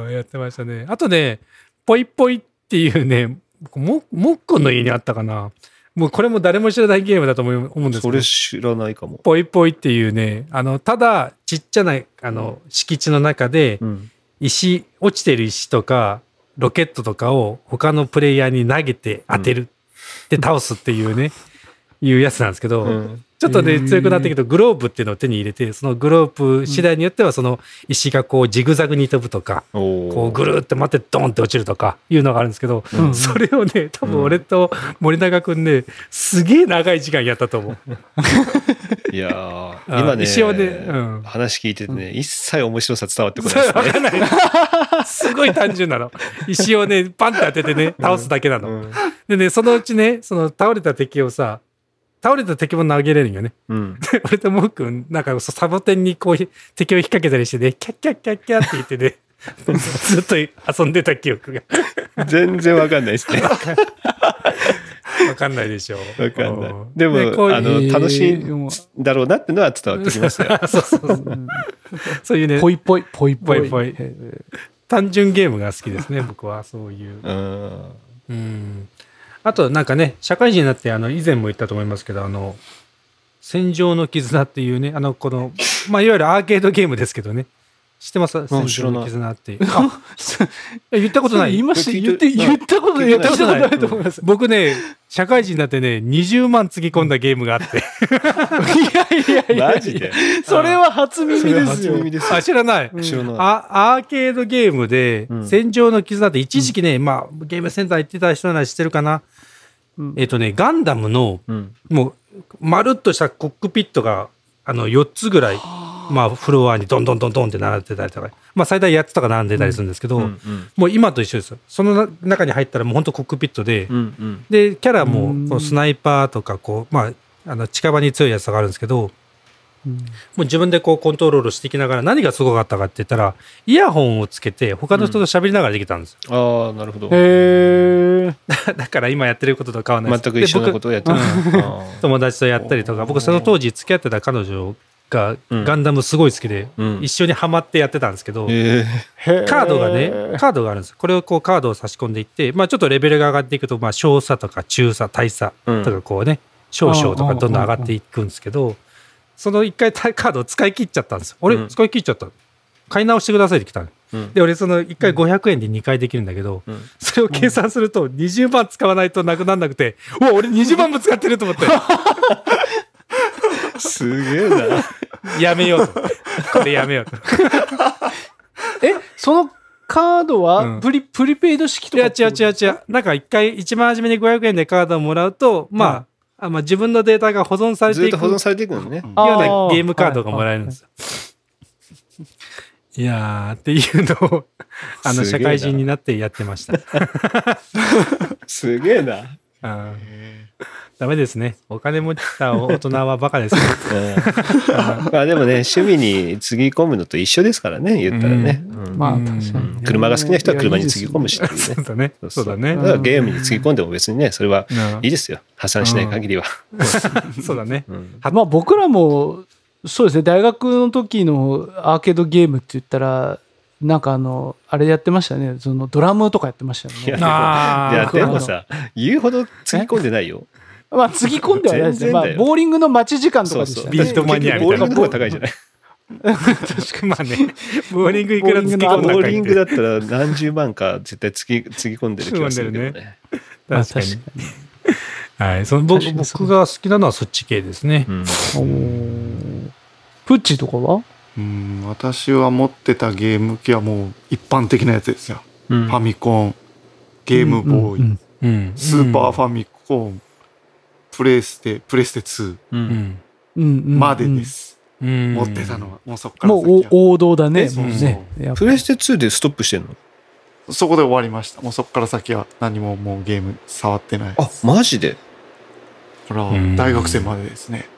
んやってましたねあとねポイポイっていうねももっこの家にあったかなもうこれも誰も知らないゲームだと思う思うんですけ
そ
ど
れ知らないかも。
ぽいぽいっていうね、あの、ただちっちゃな、あの、敷地の中で、
うん。
石、落ちてる石とか、ロケットとかを他のプレイヤーに投げて当てる。で、倒すっていうね、いうやつなんですけど、
うん
ちょっと
へ
ね、
ー
強くなってくると、グローブっていうのを手に入れて、そのグローブ次第によっては、その石がこう、ジグザグに飛ぶとか、
お
こう、
お。
ぐるーって待って、ドンって落ちるとか、いうのがあるんですけど、
うん
それをね、多分俺と森永くんね、すげえ長い時間やったと思う。
いやー
あー
今ね
一応ねうん
話聞いててね、一切面白さ伝わってこ
そ
ないで
れ
す
わ
ね。
かんない。すごい単純なの。石をね、パンって当ててね、倒すだけなの。
うん
でね、そのうちね、その倒れた敵をさ、倒れた敵も投げれるんよね。
うん。
で俺とモッくん、なんかそうサボテンにこう敵を引っ掛けたりしてね、キャッキャッキャッキャッって言ってね、 ずっと遊んでた記憶が。
全然わかんないですね。
わかんないでしょ。わ
わかんない。でも、
こう
あ
え
の、
ー
楽しいんだろうなってのは伝わってき ますよ。
そうそうそう。そういうね
ぽ、いぽいぽいぽい
ぽいぽい単純ゲームが好きですね、僕は。そういう。
うん。
うんあとなんかね社会人になってあの以前も言ったと思いますけどあの「戦場の絆」っていうねあのこ の、まあ、いわゆるアーケードゲームですけどね知ってます戦
知ら
場
ない
の絆っていうあ言ったことない
言いました
聞い
言ってて言ったことない
聞
言
い
ってた
ない
ことないと思います
僕ね社会人になってね20万つぎ込んだゲームがあって
いやいやいや
マジで。
それは初耳ですよ
です
あ知らない、
知らない。
あアーケードゲームで
う
「
ん
戦場の絆」って一時期ね、まあ、ゲームセンター行ってた人なら知ってるかな、
うん
えっ、とねガンダムの
うん。
もう、まるっとしたコックピットが、あの、4つぐらい、まあ、フロアにどんどんどんどんって並んでたりとか、まあ、最大8つとか並んでたりするんですけど、
うん。
もう今と一緒ですよ。そのな中に入ったら、もう本当コックピットで、
うん。うん。
で、キャラ
うん
も、こうスナイパーとか、こう、まあ、あの、近場に強いやつとかあるんですけど、もう自分でこうコントロールしていきながら何がすごかったかって言ったらイヤホンをつけて他の人と喋りながらできたんですよ、
ああ、なるほど。
へえ。
だから今やってることと変わらない
全
です
く一緒
で
な
僕
ことをやってる。あー
友達とやったりとか僕その当時付き合ってた彼女が
うん
ガンダムすごい好きで、
うん
一緒にハマってやってたんですけど、
え
カードがねカードがあるんですこれをこうカードを差し込んでいって、まあ、ちょっとレベルが上がっていくと、まあ、小差とか中差大差
うん
とかこうね少々とかどんどん上がっていくんですけどその一回たカードを使い切っちゃったんです俺、
うん
使い切っちゃった買い直してくださいって来たの
ーうん
で俺その一回500円で2回できるんだけど、
うん
それを計算すると20万使わないとなくなんなくて、うわ俺20万も使ってると思って
すげえ な。
やめようと。これやめようと。
え、そのカード
う
は
ん
プリ、プリペイド式
い
と
や
か。
違う違う違う。なんか一回、一番初めに500円でカードをもらうと、まあ、あまあ、自分のデータが保存され
ず
て
っ
い
と
く
保
よ
存されていくのね。
うな
あー
ゲームカードがもらえるんですよ。いやーっていう のを、あ
すげ
の、社
えな
会人になってやってま した。
すげえな。
うんダメですね。お金持ちた大人はバカです ね。
うんまあでもね、趣味につぎ込むのと一緒ですからね、言ったらね。うん
まあ、
うん
確かに
うん車が好きな人は車につぎ込むしっていう
そう
ね。
だね。そうだね
だ。からゲームにつぎ込んでも別にね、それは
うん
いいですよ。破産しない限りは。
そうだね。
うん
まあ僕らも、そうですね、大学の時のアーケードゲームって言ったら、なんかあの、あれやってましたね。そのドラムとかやってました
い
よ
や
ね。
あ
い
ー
や、でもさ、言うほどつぎ込んでないよ。
まあ、つぎ込んではないですね。
全然
まあ
だよ、
ボーリングの待ち時間とかで
そう
し
そ
た
う。
ね。
ビートマニアみた
ボーリ
いな
ングの方が高いじゃない。
確か まあね、ボーリングいくらつけ
あ
込んだ
ボ
か
ー
言
リ
っ
ン
て
グだったら何十万か絶対つぎつぎ込んでる気がするけど
つぎ込んで
ね。
まあ
確かに。はい、その僕
確かにそう
僕が好きなのはそっち系ですね
う。ん
おープッチとかは
うん私は持ってたゲーム機はもう一般的なやつですよ、
うん
ファミコンゲームボーイ、
うんうん
うん
スーパーファミコン、プレイステプレステ2
うん
うんうんうん
までです、
うん
持ってたのはもうそこから
も
先
う
は
お王道だね。
えそう
もうね。やっぱ
プレステ2でストップしてんの
そこで終わりましたもうそこから先は何ももうゲーム触ってない
あ、マジで
これは
うん
大学生までですね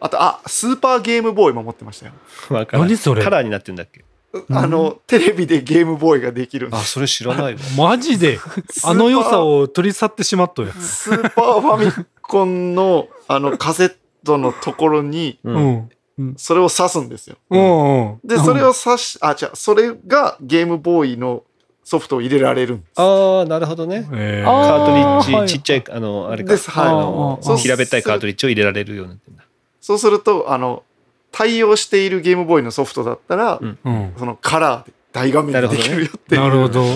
あとあスーパーゲームボーイも持ってましたよ
わからん
何それ
カラーになってんだっけ
あのテレビでゲームボーイができるんで
あ、
す
それ知らないわ。
マジで、あの良さを取り去ってしまったよ。
スーパーファミコンの あのカセットのところに
う
う。ん。
それを挿すんですよ。
うんうん。
で、それを挿し、あ、違う、それがゲームボーイのソフトを入れられるんです。
ああ、なるほどね。
えー
あ
カートリッジ、
はい
ちっちゃい、あの、あれか。
ですはい
あの
あーあー
平べったいカートリッジを入れられるようになってんだ。
そうすると、あの、対応しているゲームボーイのソフトだったら、
うん
うん
そのカラーで大画面でできるよっていう。
なるほど。
うん
い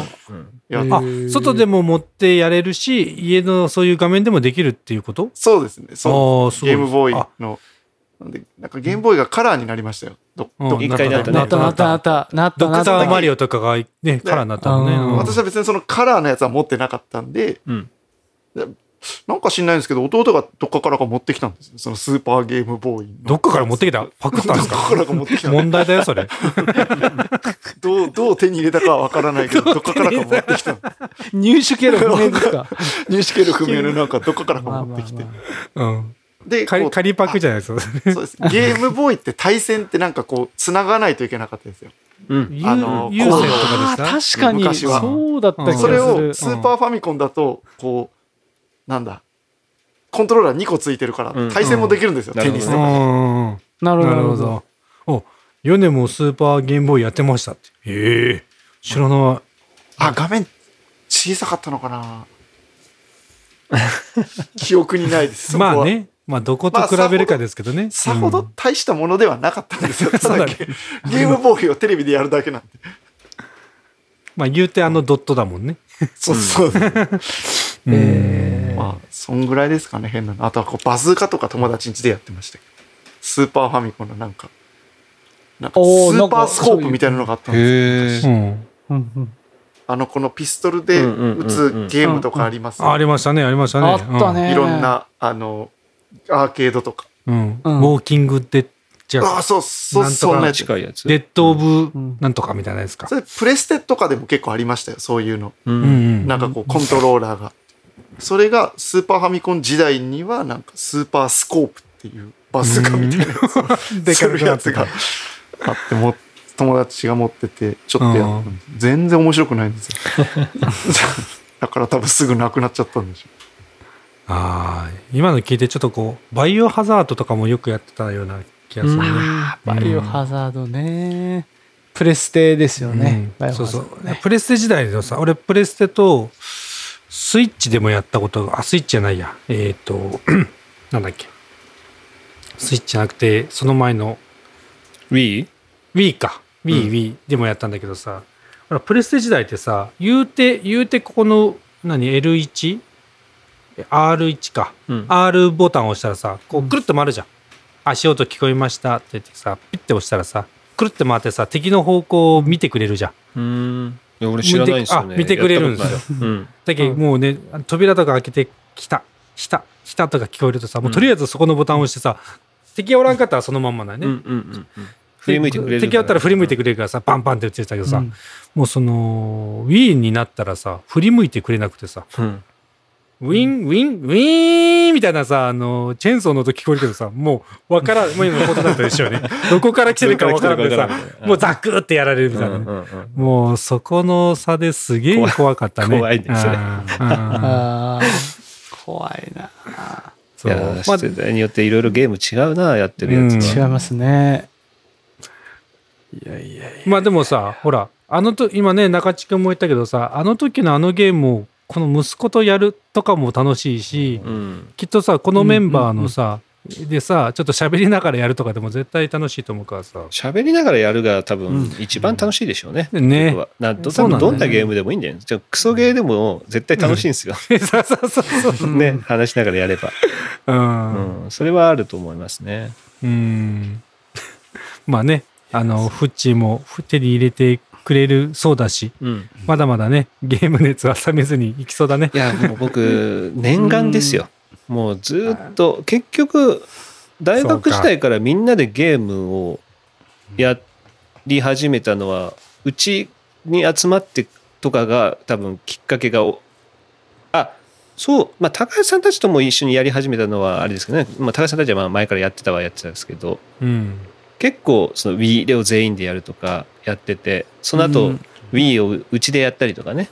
や
へ
あ
ー、
外でも持ってやれるし、家のそういう画面でもできるっていうこと
そうですね。そう。
あすごい
ゲームボー
あ
イの。なんで、なんかゲームボーイがカラーになりましたよ。ど
うん
どっかで
一回なったね
なったなったなったなった
ド
な
ク
っ
タ
た
ーマリオとかがね、カラーになったのね。
あー
うん
私は別にそのカラーのやつは持ってなかったんで、
うん
でなんか知んないんですけど、弟がどっかからか持ってきたんですよ。そのスーパーゲームボーイの。
どっかから持ってきたパクったんです
どっ
か
からか持ってきた
問題だよ、それ。
どう、どう手に入れたかはわからないけど、どっかからか持ってきた。
入手経路不明ですか。
入手経路不明のなんか、どっかから
ま
か
あ
持
ま
っ
あ
てきて
ま。あ
うん。
で、こ
仮
う
仮パクじゃないですか。
そうです。ゲームボーイって対戦ってなんかこう、繋がないといけなかったですよ。
うん。
あの
優先とかで
あ
した
ー確かに、
昔は
そうだった気がす
そ
る。
れを、スーパーファミコンだと、こう、なんだ、コントローラー2個ついてるから
うん、
対戦もできるんですよ、
うん
テニス
な
と
るほ
か。
うんうん
なる
うん。
ほ
な
ど。
るほど。お、ヨネもスーパーゲームボーイやってましたって。ええ知らな
あ、画面、小さかったのかな 記憶にないです。
い。
そこは
まあ。ね。まあ、どこと比べるかですけどね。
さほど大したものではなかったんですよ。
そうだね
ただゲームボーイをテレビでやるだけなんで。
まあ、言うてあのドットだもんね。
そうそう。
えー
まあ、そんぐらいですかね、変なの。あとはこう、バズーカとか友達ん家でやってましたけど。スーパーファミコンのなんか、なんかス
おー
ーパースコ
なんかそう
ー
い
プ
う
みたいなのがあったんですよ
へ
う
え。
ん。
うんうん
あの、このピストルで撃つゲームとかありますよ
あありましたね、ありましたね。
あったね。
いろん。な、あの、アーケードとか。
うん。う。
うんん
ウォーキングで、じゃ
あ
あ
あ、、そう、そ
な
う、
んとか
そんなやつ。
近いやつ。
デッド・オブ
うん、
なんとかみたいなやつか
そ。れ、プレステとかでも結構ありましたよ、そういうの。
う。
うんんう
なん
ん。
かこう、コントローラーが。それが、スーパーファミコン時代には、なんか、スーパースコープっていうバズーカみたいなやつを
で
す
か
る
くな
や
っ
つ
て
があ
た
っても友達が持っててちょっとやったの全然面白くないんですよ だから多分すぐなくなっちゃったんでしょ
ああ、今の聞いてちょっとこう、バイオハザードとかもよくやってたような気がするね。
バイオハザードね。プレステですよね。
う
バイ
ん、
オハ
そう
ザ
そ
ー
う
ド、ね。
プレステ時代でさ俺プレステとスイッチでもやったことがあスイッチじゃないやえっ、と なんだっけスイッチじゃなくてその前の
Wii?
Wii か WiiWii、Wii でもやったんだけどさほらプレステ時代ってさ言うて言うてここの何 L1R1 か
うん
R ボタンを押したらさこうくるっと回るじゃん、足音聞こえましたって言ってさピッて押したらさくるって回ってさ敵の方向を見てくれるじゃ
う
ん
ん。いや俺知らないんですよね。
見てあ見てくれるんですよ
やったことないうん。
だけどもうね、扉とか開けてきたきたきたとか聞こえるとさもうとりあえずそこのボタンを押してさ、敵がおらんかったらそのまんまだよね、
うんうんうんうん。振り向いてくれる。
敵があったら振り向いてくれるからさバンバンって打ってたけどさ、
うん
もうその Wii になったらさ振り向いてくれなくてさ
うん。
ウィンウィンウィーンみたいなさあのチェーンソーの音聞こえるけどさもうわからん もう今のことだったでしょうねどこから来てるかわからんで
ど
さ
こから来てるかわからんみたいな
もうザクってやられるみたいな
う
ね、
んうんうん
もうそこの差ですげえ怖かったね
怖いねそれ
うんうん
あー怖いな。
い
そう
や
まあ
世代によっていろいろゲーム違うな、やってるやつ
違い
は。
ますね。
まあでもさほらあのと今ね中地君も言ったけどさあの時のあのゲームをこの息子とやるとかも楽しいし、
うん。
きっとさこのメンバーのさ、でさちょっと喋りながらやるとかでも絶対楽しいと思うからさ
喋りながらやるが多分一番楽しいでしょうね。
ね
僕はなど
そうなんだ
ど
よね
んなゲームでもいいんだよね。じゃあクソゲーでも絶対楽しいんですよ。
そうそうそ うそう
ね。話しながらやれば。
うん、
うん。それはあると思いますね。
うん、 まあねあのフッチーも手に入れてくれるそうだし
うん。
まだまだねゲーム熱は冷めずにいきそうだね
いや、もう 僕、念願ですよ。もうずっと、結局、大学時代からみんなでゲームをやり始めたのは、うちに集まってとかが多分きっかけがお、あ、そう、まあ、高橋さんたちとも一緒にやり始めたのはあれですけどね、まあ、高橋さんたちはまあ前からやってたはやってたんですけど、
うん
結構その Wii レを全員でやるとかやってて、その
う
後
ん
Wii をうちでやったりとかね、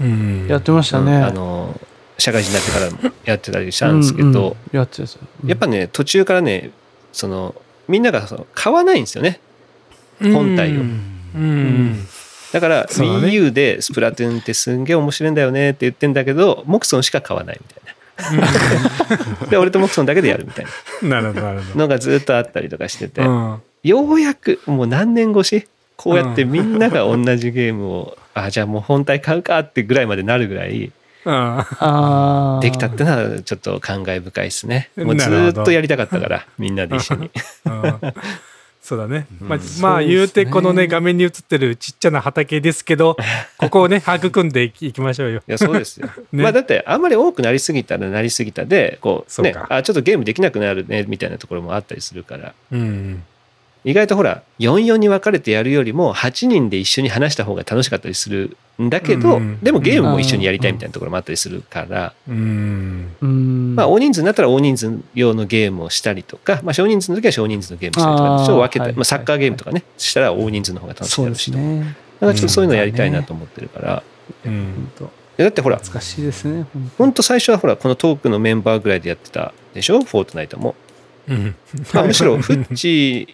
うん
やってました
うんあ
ね。
の社会人になってからもやってたりしたんですけど、
うんうんやってたんですよ
やっぱね途中からねそのみんながその買わないんですよね本体を
うん
だから
そうだね
WiiU でスプラトゥーンってすんげえ面白いんだよねって言ってんだけどモクソンしか買わないみたいな で俺とモクソンだけでやるみたいな
なるほどなるほど
のがずっとあったりとかしてて、
うん
ようやくもう何年越しこうやってみんなが同じゲームを、あじゃあもう本体買うかってぐらいまでなるぐらい
うん
あー
できたってのはちょっと感慨深いですね。もうず
なる
ー
ほ
っ
ど
とやりたかった から、みんなで一緒に。
うんそうだね。ま
そう
うん
あ、まあ
ですね
言うて、このね、画面に映ってるちっちゃな畑ですけど、ここをね、育んでいきいきましょうよ。
いや、そうですよ。
ね
まあ、だって、あんまり多くなりすぎたらなりすぎたで、こう、
そう
ね、
か
あ、ちょっとゲームできなくなるね、みたいなところもあったりするから、
うん。
意外とほら、44に分かれてやるよりも、8人で一緒に話した方が楽しかったりするんだけど、
うん
でもゲームも一緒にやりたいみたいなところもあったりするから、
うん。
うん
まあ、大人数になったら大人数用のゲームをしたりとか、まあ、少人数の時は少人数のゲームしたりと
あ
か、
ー
ちょっと分けたり、
はい
まあ、サッカーゲームとかね、したら大人数の方が楽しい
そう
だろ
で
うし
す
とか、
ね。
なんかちょっとそういうのやりたいなと思ってるから、
う
い
ん。
やだってほら、
懐かしいですね。本当
ほんと最初はほら、このトークのメンバーぐらいでやってたでしょ、フォートナイトも。
うん。
まあ、むし ろ、フッチ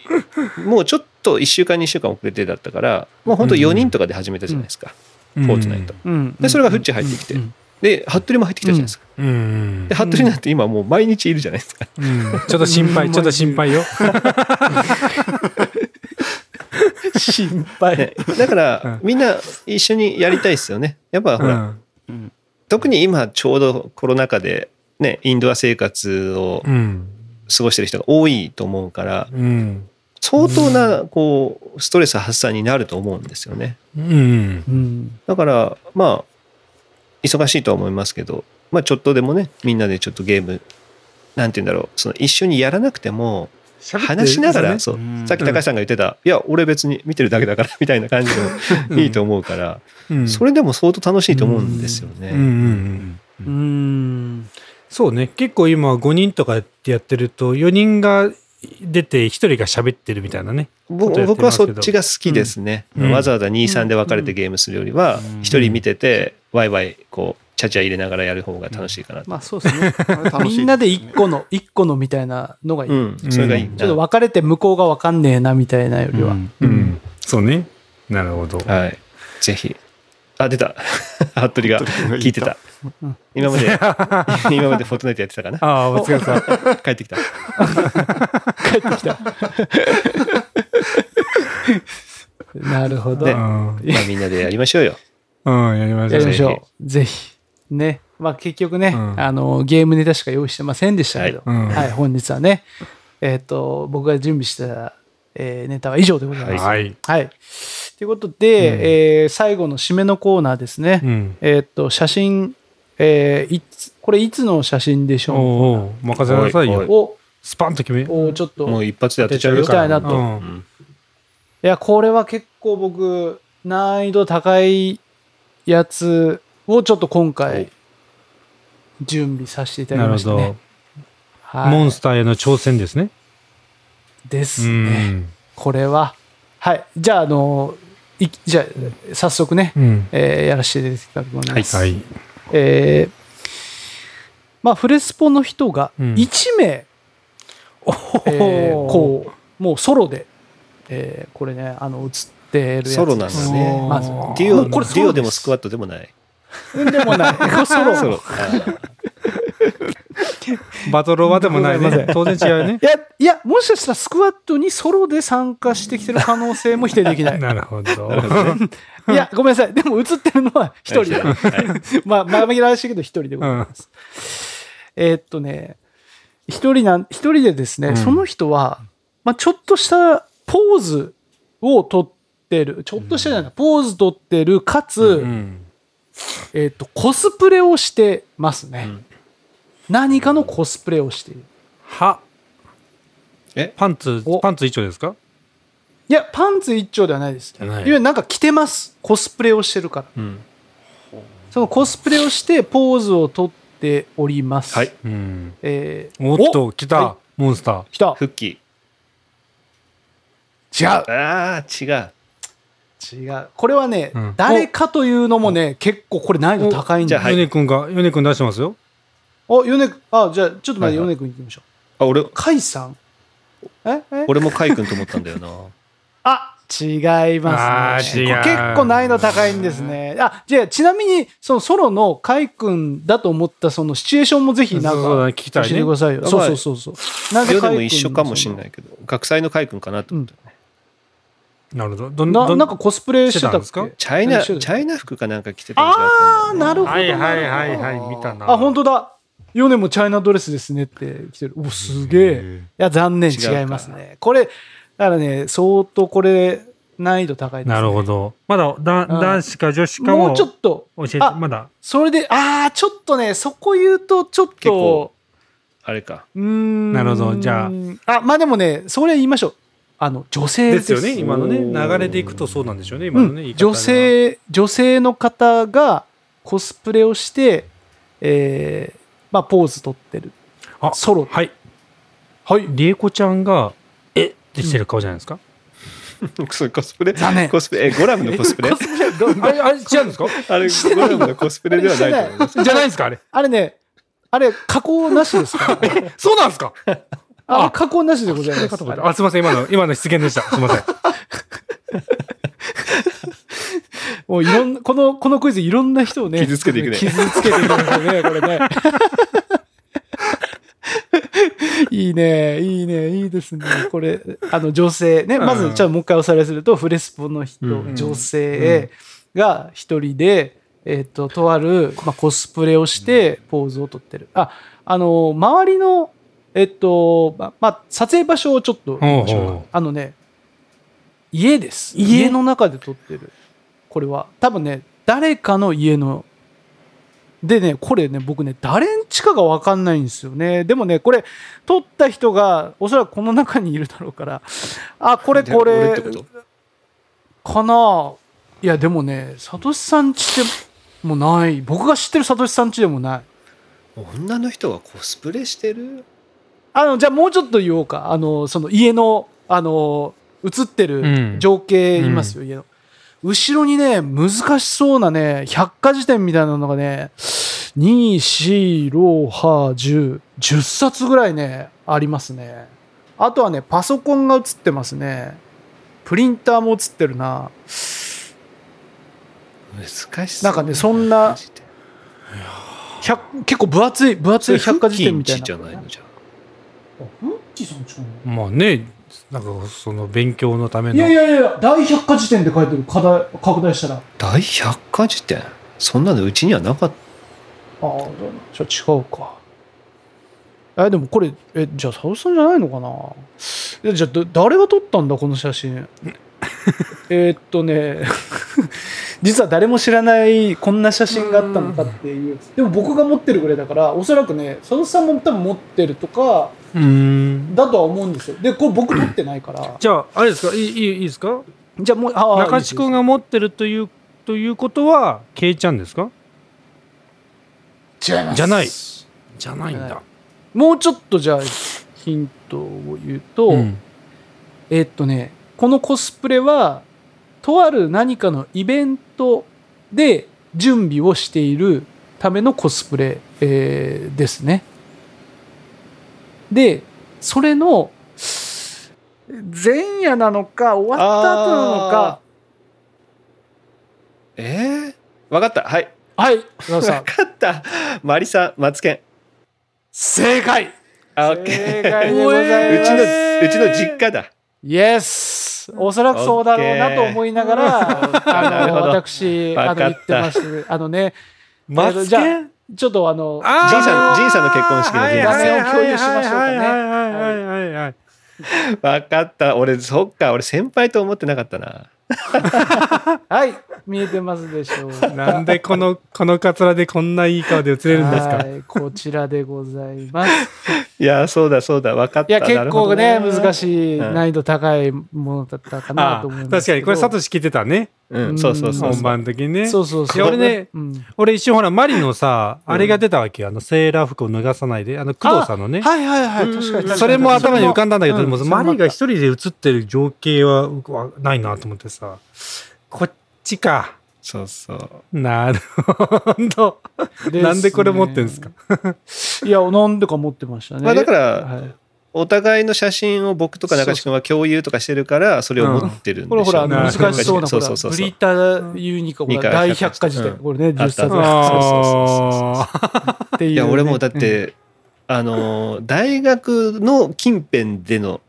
ー、もうちょっと1週間、2週間遅れてだったから、もう本当4人とかで始めたじゃないですか、フォートナイト。
うん
で、それがフッチー入ってきて、で、服部も入ってきたじゃないですか。
うん。
で、服部なんて今もう毎日いるじゃないですか。
うんちょっと心配、ちょっと心配よ。
心配。
ねだか
うん
ら、みんな一緒にやりたいですよね。やっぱほ
う
ら、
ん。
特に今ちょうどコロナ禍で、ね、インドア生活を
うん。
過ごしてる人が多いと思うから、
うん。
相当なこうストレス発散になると思うんですよね。
うん。
うん。
だからまあ忙しいとは思いますけど、まあ、ちょっとでもねみんなでちょっとゲームなんて言うんだろうその一緒にやらなくても話しながらそう
うん
さっき高橋さんが言ってた「いや俺別に見てるだけだから」みたいな感じでも いいと思うから、
うん。
それでも相当楽しいと思うんですよね。
うん。うんうん。
うん。
そうね結構今5人とかってやってると4人が出て一人が喋ってるみたいなね。
ぼ
ことやって
僕
ま
は
すけ
そ
ど
っちが好きですね。
うん
わざわざ2、3で分かれてゲームするよりは
うん、
一人見てて、ワイワイ、こう、ちゃちゃ入れながらやる方が楽しいかなと。
まあそうですね。
楽しい
みんなで一個の、一個のみたいなのがいい。
うん、それがいいな。
ちょっと分かれて向こうが分かんねえなみたいなよりは。
うんうんそうね。なるほど。
はい。ぜひ。あ、出た。 服部が聞いてた。今まで、今までフォートナイトやってたかな。
ああ、お疲れ様。
帰ってきた。
なるほど。
ね
や
う
まあみんなでやりましょうよ。
ん、うんやりましょ
り
う
ま。しょう。ぜひ。ね。まあ結局ね、
うん
あの、ゲームネタしか用意してませんでしたけど、
はいうん
はい、本日はね、えっ、と、僕が準備した、えーネタは以上でございます。
はい。
はい。ということで、えー最後の締めのコーナーですね。
うん。
えーっと、写真、えーいつ、これいつの写真でし
お
ょ
うおう、任せなさい
おい
よ。
う
スパンと決め。
を、をちょっと、
もう
い
一発で当てちゃう
行
よ
き。たいなと。
う
い
ん
うん
や、これは結構僕、難易度高いやつをちょっと今回、準備させていただ
な
き
る
ま
ほ
した
ど、
ね。はい、
モンスターへの挑戦ですね。
です
う
ね。
ん。
これは。はい。じゃあ、あの、いじゃあ、早速ね、
うん。
えーやらせていただきます。
はい。
えーまあ、フレスポの人が
うん
1名、えーこう、もうソロで、えーこれね、あの、映ってるやつです
ソロなんだね
まず。
ディ
も
オ、
う
デ
これソ
ィ
ロ
オでも
す
スクワットでもない。
でも ない。これソロ。
ソロ。
バトロワでもないね。当然違うよね
い。や、いや、もしかしたらスクワットにソロで参加してきてる可能性も否定で きない。
なるほど。
いや、ごめんなさい。でも映ってるのは一人で。
で。はい
まあ、まあ、紛らわしいけど一人でございます。えーっとね、一人なん、一人でですね、
うん
その人は、まあ、ちょっとしたポーズをとってる、ちょっとしたじゃない、ポーズとってる、かつ、
うん。
えーっと、コスプレをしてますね。
うん
何かのコスプレをしている。
は。
え
パンツ
お、
パンツ一丁ですか
いや、パンツ一丁ではないです。
ゃない
いわゆるなんか着てます。コスプレをしてるから。
うん
そのコスプレをしてポーズをとっております。
はい。
うん。
えー
おっと、来
は
た。モンスタ
来た。
復帰。
違う。
ああ、違う。
違う。これはね、
うん
誰かというのもね、結構これ難易度高いん
じゃ
だ
あ
よ。
は
ー。
い
ヨネ君が、ヨネ君出してますよ。
お、ヨネ君、あ、じゃあちょっと待って、
はいは
ヨ
い
ネ君行きましょう。
あ、俺、
カイさんええ
俺もカイ君と思ったんだよな。
あ違いますね。
あー違う
これ結構難易度高いんですね。あ、じゃあちなみに、そのソロのカイ君だと思ったそのシチュエーションもぜひ
そう
なん
そうだ
か
ね、聞き
教
た
え
い
てく
ね
だ。さいよ。
まあ
そうそうそうそう。な。
世でも一緒かもしれないいけど、学祭のカイ君かなと思ったよね。
なるほど。どん
な
ど
なんかコスプレしてたっ
してた
け
んですか
チャイナ、
一
チ
緒だ
ャイナ服かなんか着てた時があ
あー、
ったんだ
な
よね
るほど。
はいは
な
い
るほど
はいはい、見たな。
あ、本当だ。ヨネもチャイナドレスですねって来てる。お、すげえ。いや、残念、
違うか
違いますね。これ、だからね、相当これ、難易度高いです、ね。
なるほ
ど。
ど。まだだ
うん
男子か女子か
も
も
うちょ
教
っと、
えて、
あ
まだ。
それで、ああ、ちょっとね、そこ言うと、ちょっ
結
と、
構あれか。
うーん。
なるほどじゃ
あ。あ、まあでもね、それ言いましょう。あの、女性で。
ですすよね、今のね。
おー
流れでいくとそうなんでしょうね、今
う
のね。言い
ん、
方が
女。性、女性の方がコスプレをして、えー、まあ、ポーズ取ってる。
あ
ソロ。
はい。
はい。
りえこちゃんが、えってしてる顔じゃないですか。
そうコスプレ
残念
コスプレ、え、ゴラムのコスプレ
コスプレどう
あれ、あれ、違うん ですか
あれ、ゴラムのコスプレではないと思います。
じゃないんですか、あれ。
あれね、あれ、加工なしですから、ね。
そうなんですか
あれ、加工なしでございます。あれ
あ、すいません、今の、今の失言でした。すいません。
もういろんな、この、このクイズいろんな人をね、
傷つけていくね
傷つけていくんですよね、これ ね。いいね、いいね、いいですね。これ、あの、女性ね、
うん
まず、じゃあもう一回おさらいすると、フレスポの人、
うん
女性が一人で、えっ、と、とある、まあ、コスプレをして、ポーズをとってる。あ、あの、周りの、えっと、ま、まあ、撮影場所をちょっと言いましょうか
ほうほう
あのね、家です。
家
家の中で撮ってる。これは。多分ね、誰かの家の。でね、これね、僕ね、誰んちかがわかんないんですよね。でもね、これ、撮った人が、おそらくこの中にいるだろうから、あ、これ
じゃあ
こ
俺っ
れ
て、こと
かないや、でもね、サトシさんちでもない。僕が知ってるサトシさんちでもない。
女の人がコスプレしてる
あの、じゃあもうちょっと言おうか。あの、その家の、あの、映って
うん
る情景言いますよ、家の。後ろにね、難しそうなね、百科事典みたいなのがね、2、4、6、8、10、10冊ぐらいね、ありますね。あとはね、パソコンが映ってますね。プリンターも映ってるな。
難し
なんかねそんな100結構分厚い、分厚い百科事典みたい
じゃ
な。
ないのじゃ
フッキーさんちなの
まあね、なんかその勉強のための。
いやいやいや、大百科事典で書いてる、課題拡大したら。あ
大百科事典そんなのうちにはなかっ
あ、じゃあ違うか。え、でもこれ、え、じゃあ、サウさんじゃないのかなえじゃあ、ど誰が撮ったんだ、この写 真。えーっとね、 実は誰も知らない、こんな写真があったのかっていう。でも僕が持ってるぐらいだから、おそらくね、サウさんも多分持ってるとか、
うーん。
だとは思うんですよ。で、これ僕撮ってないから。
じゃあ、あれですか、いいいいいいですか
じゃあもう、あ
中地君
が。
が持ってるという、ということは、ケイちゃんですか
違います。
じゃない。じゃないんだ。
もうちょっとじゃあヒントを言うと、
うん
えーっとねこのコスプレはとある何かのイベントで準備をしているためのコスプレ、えーですね。でそれの前夜なのか終わった後なのか
たえー、分かったはい
はい野田さん
分かったマリサマツケン
正解
あオッケ
正
ー
解でございま
うち
す
のうちの実家だ
イエスおそらくそうだろうなと思いながら、
な
あ
る
の、
ほど
私、あ
わ
の、
か
言
っ
って
た
ました。あのね、
マ
えーと
ツ
じ
ケ
ゃ
ン
ちょっとあの、
あー
じいさんじいさんの結婚式の
はい
時
はい
画面を共有しましょうかね
はいはいはいはいはいはい
分かった俺そっか俺先輩と思ってなかったな
はい、見えてますでしょうか。
なんでこの、このカツラでこんないい顔で映れるんですか
はい、こちらでございます。
いやそうだそうだ分かった
いや、結構ね、難
い、
しい、
うん
難易度高いものだったかな
あ
と思います。
確かに、これ、サト
シ。
シ聞いてたね。
うん、そうそうそう
本
そう
番的にね。
そうそうそう。
いや俺ね
うん
俺一瞬ほら、マリのさ、あれが出たわけよ。あの、セーラー服を脱がさないで、あの、工藤さんのね。
はいはいはい、確かに確かに。
それも頭に浮かんだんだけど、でも
うん
マリが一人で写ってる情景はうわないなと思ってさ、こっちか。
そうそう
なるほど。
すね
なんでこれ持ってんですか
いや、なんでか持ってましたね。
まあだから
はい
お互いの写真を僕とか中地君は共有とかしてるからそれを持ってるんでし
こ
ょう
れほ
ね、
ら、
なる
難
ほど
しそうな、ほ
そうそう
ら、
そ
ブ
う
リーターユニカ、これ
二回
大百科事
う
典。
ん
これね、
あ
10
った
冊
あー
っていうね。
いや俺もだって、あの大学の近辺での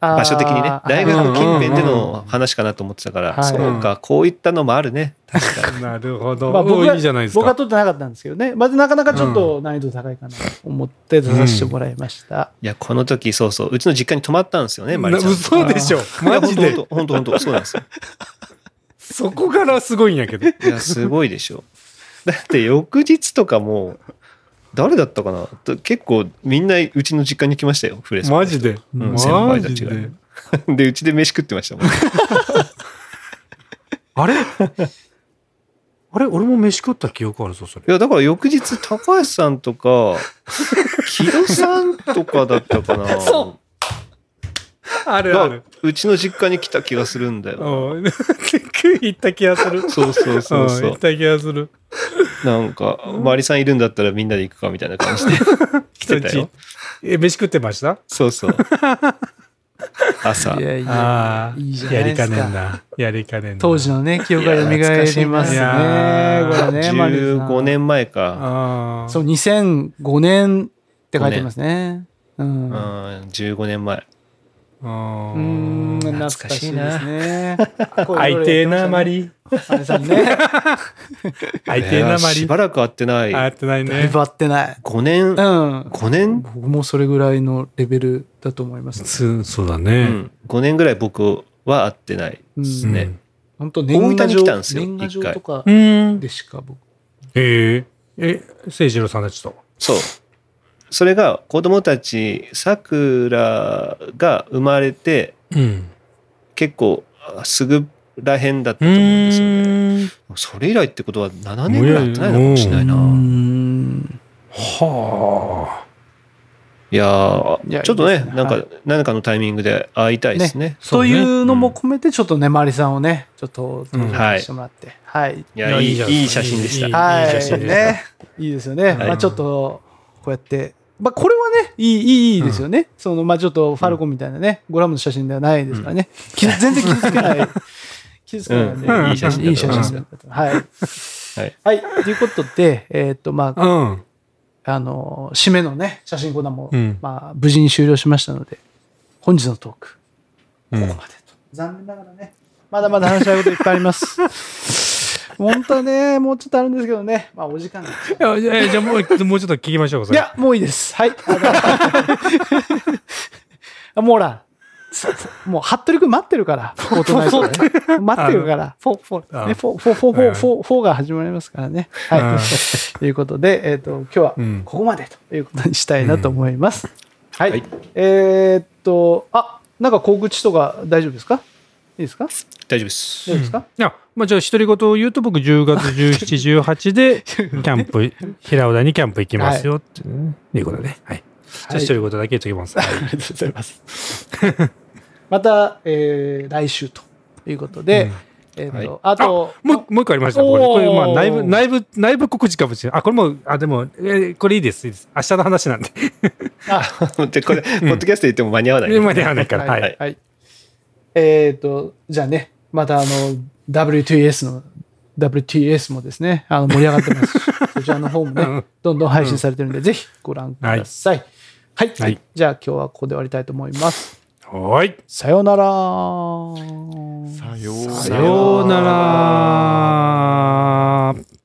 あー、
場所的にね大学の
金
近辺での話かなと思ってたから、
はい
そうかこういったのもあるね確かに
なるほど。
まあ僕
もう
が
いいじゃないです
僕は
か。
取ってなかったんですけどね。まずなかなかちょっと難易度高いかなと思って出させてもらいました。
いやこの時そうそううちの実家に泊まったんですよねマ
な
リちゃん
嘘でしょ。マジで。
本当本当そうなんですよ
そこからすごいんやけど。
いやすごいでしょだって翌日とかも誰だったかなと結構みんなうちの実家に来ましたよフレスコ
マジで。
うん先輩
マ
たち
ジ
が
で。
でうちで飯食ってましたもん
あれあれ俺も飯食った記憶あるぞ、それ
い。や、だから翌日、高橋さんとか、木戸さんとかだったかな。
そ
あるあ
が
る。
うちの実家に来た気がするんだよ。
うん。行った気がする。
そうそうそう
うん
そ
行っ
う。
た気がする。
なんか、周りさんいるんだったらみんなで行くかみたいな感じで来てたよ。
え、飯食ってました
そうそう。朝。
いやい
あ
や
あ、、
いいじゃないです
やりかねん
か。
な。やりかねんな。
当時のね、記憶が蘇ります
い
ね。
や懐か
これね、マ
しいな
リさん
15年前か。
ああ。
そう、2005年って書いてますね。うん。
うん、
う
15年前。
う
ーん、懐かしいですね。
相手なま。り。
マリさんね。
相手な
い
ま
やし
り。
ばらく会ってな
あ合
い。
ってない
だい
ね。
ぶ合ってない。
5年
う、ん。
5年
僕もそれぐらいのレベルだと思います。
つそうだ
う
ね。
ん。5年ぐらい僕は会ってないです
うん
ね。
本当年賀
大分に
状
来たんですよ
年賀状
一回
とか
うん。
でしか僕。
ええ。え、誠一郎さんたちと。
そう。それが子供たち、さくらが生まれて、
うん。
結構あすぐらへんだったと思うんですよね。それ以来ってことは7年ぐらいやってないのかもしれないな。
うーん
はあ。
いやー
いや
ちょっと
いい
ね
ですね
なんか、
は
何かのタイミングで会いたいですね。
そう
ね
いうのも込めて、ちょっとね、マリさんをね、ちょっと登場してもらって。はい。
いやいいいい写真でした。
はい
いい写真でした
ね。いいですよね。まあちょっと、こうやって。まあこれはね、いい、いい、いいですよね。その、まあちょっと、ファルコンみたいなね、ゴラムの写真ではないですからね。傷全然傷つけ ない。傷つけないんで
うんいい写真だと思いますよ
いい写真だとはい。
はい。
はい。ということで、えーっと、まあ、
うん。
あの、締めのね、写真コーナーも、
うん
まあ、無事に終了しましたので、本日のトーク、
うん
ここまでと。残念ながらね、まだまだ話したいこといっぱいあり ます。本当はね、もうちょっとあるんですけどね、まあ、お時間が。い
いやいやじゃあもうもうちょっと聞きましょうか、それ。
や、もういいです。はい。あ もうほら、もう、服部君待ってるから、フォートナイトが ね待ってるから、フォー、フォー、ね、フォー、フォー、フォー、フォー、フォー、フォーが始まりますからね。
うん
はい。 ということで、えっと、今日は
うん
ここまでということにしたいなと思います。はい。
はい
えーっと、あ、なんか告知とか大丈夫ですかいいですか
大丈夫で す
大丈夫。ですか、
いや、まあ、じゃあ、独り言を言うと、僕、10月17、18で、キャンプ、平尾台にキャンプ行きますよってね、いうことで、はい。じゃあ、独り言だけ言っときます。はい
ありがとうございます。 また、えー来週ということで、えーっと、
は
あと、
もう、もう一個ありました。これ、
おー
これまあ、内部、内部、内部告知かもしれない。あ、これも、あ、でも、えーこれいいです、いいです。明日の話なんで。
で、これ、ポッドキャスト言っても間に合わない。
今ではないから。はい。
はい。はいえっ、と、じゃあね、またあの、WTS の、WTS もですね、あの盛り上がって ますし、そちらの方もね、どんどん配信されてるんで、ぜひご覧ください。はい。
はい
じゃあ今日はここで終わりたいと思います。
はーい。
さようなら。
さような
さようなら。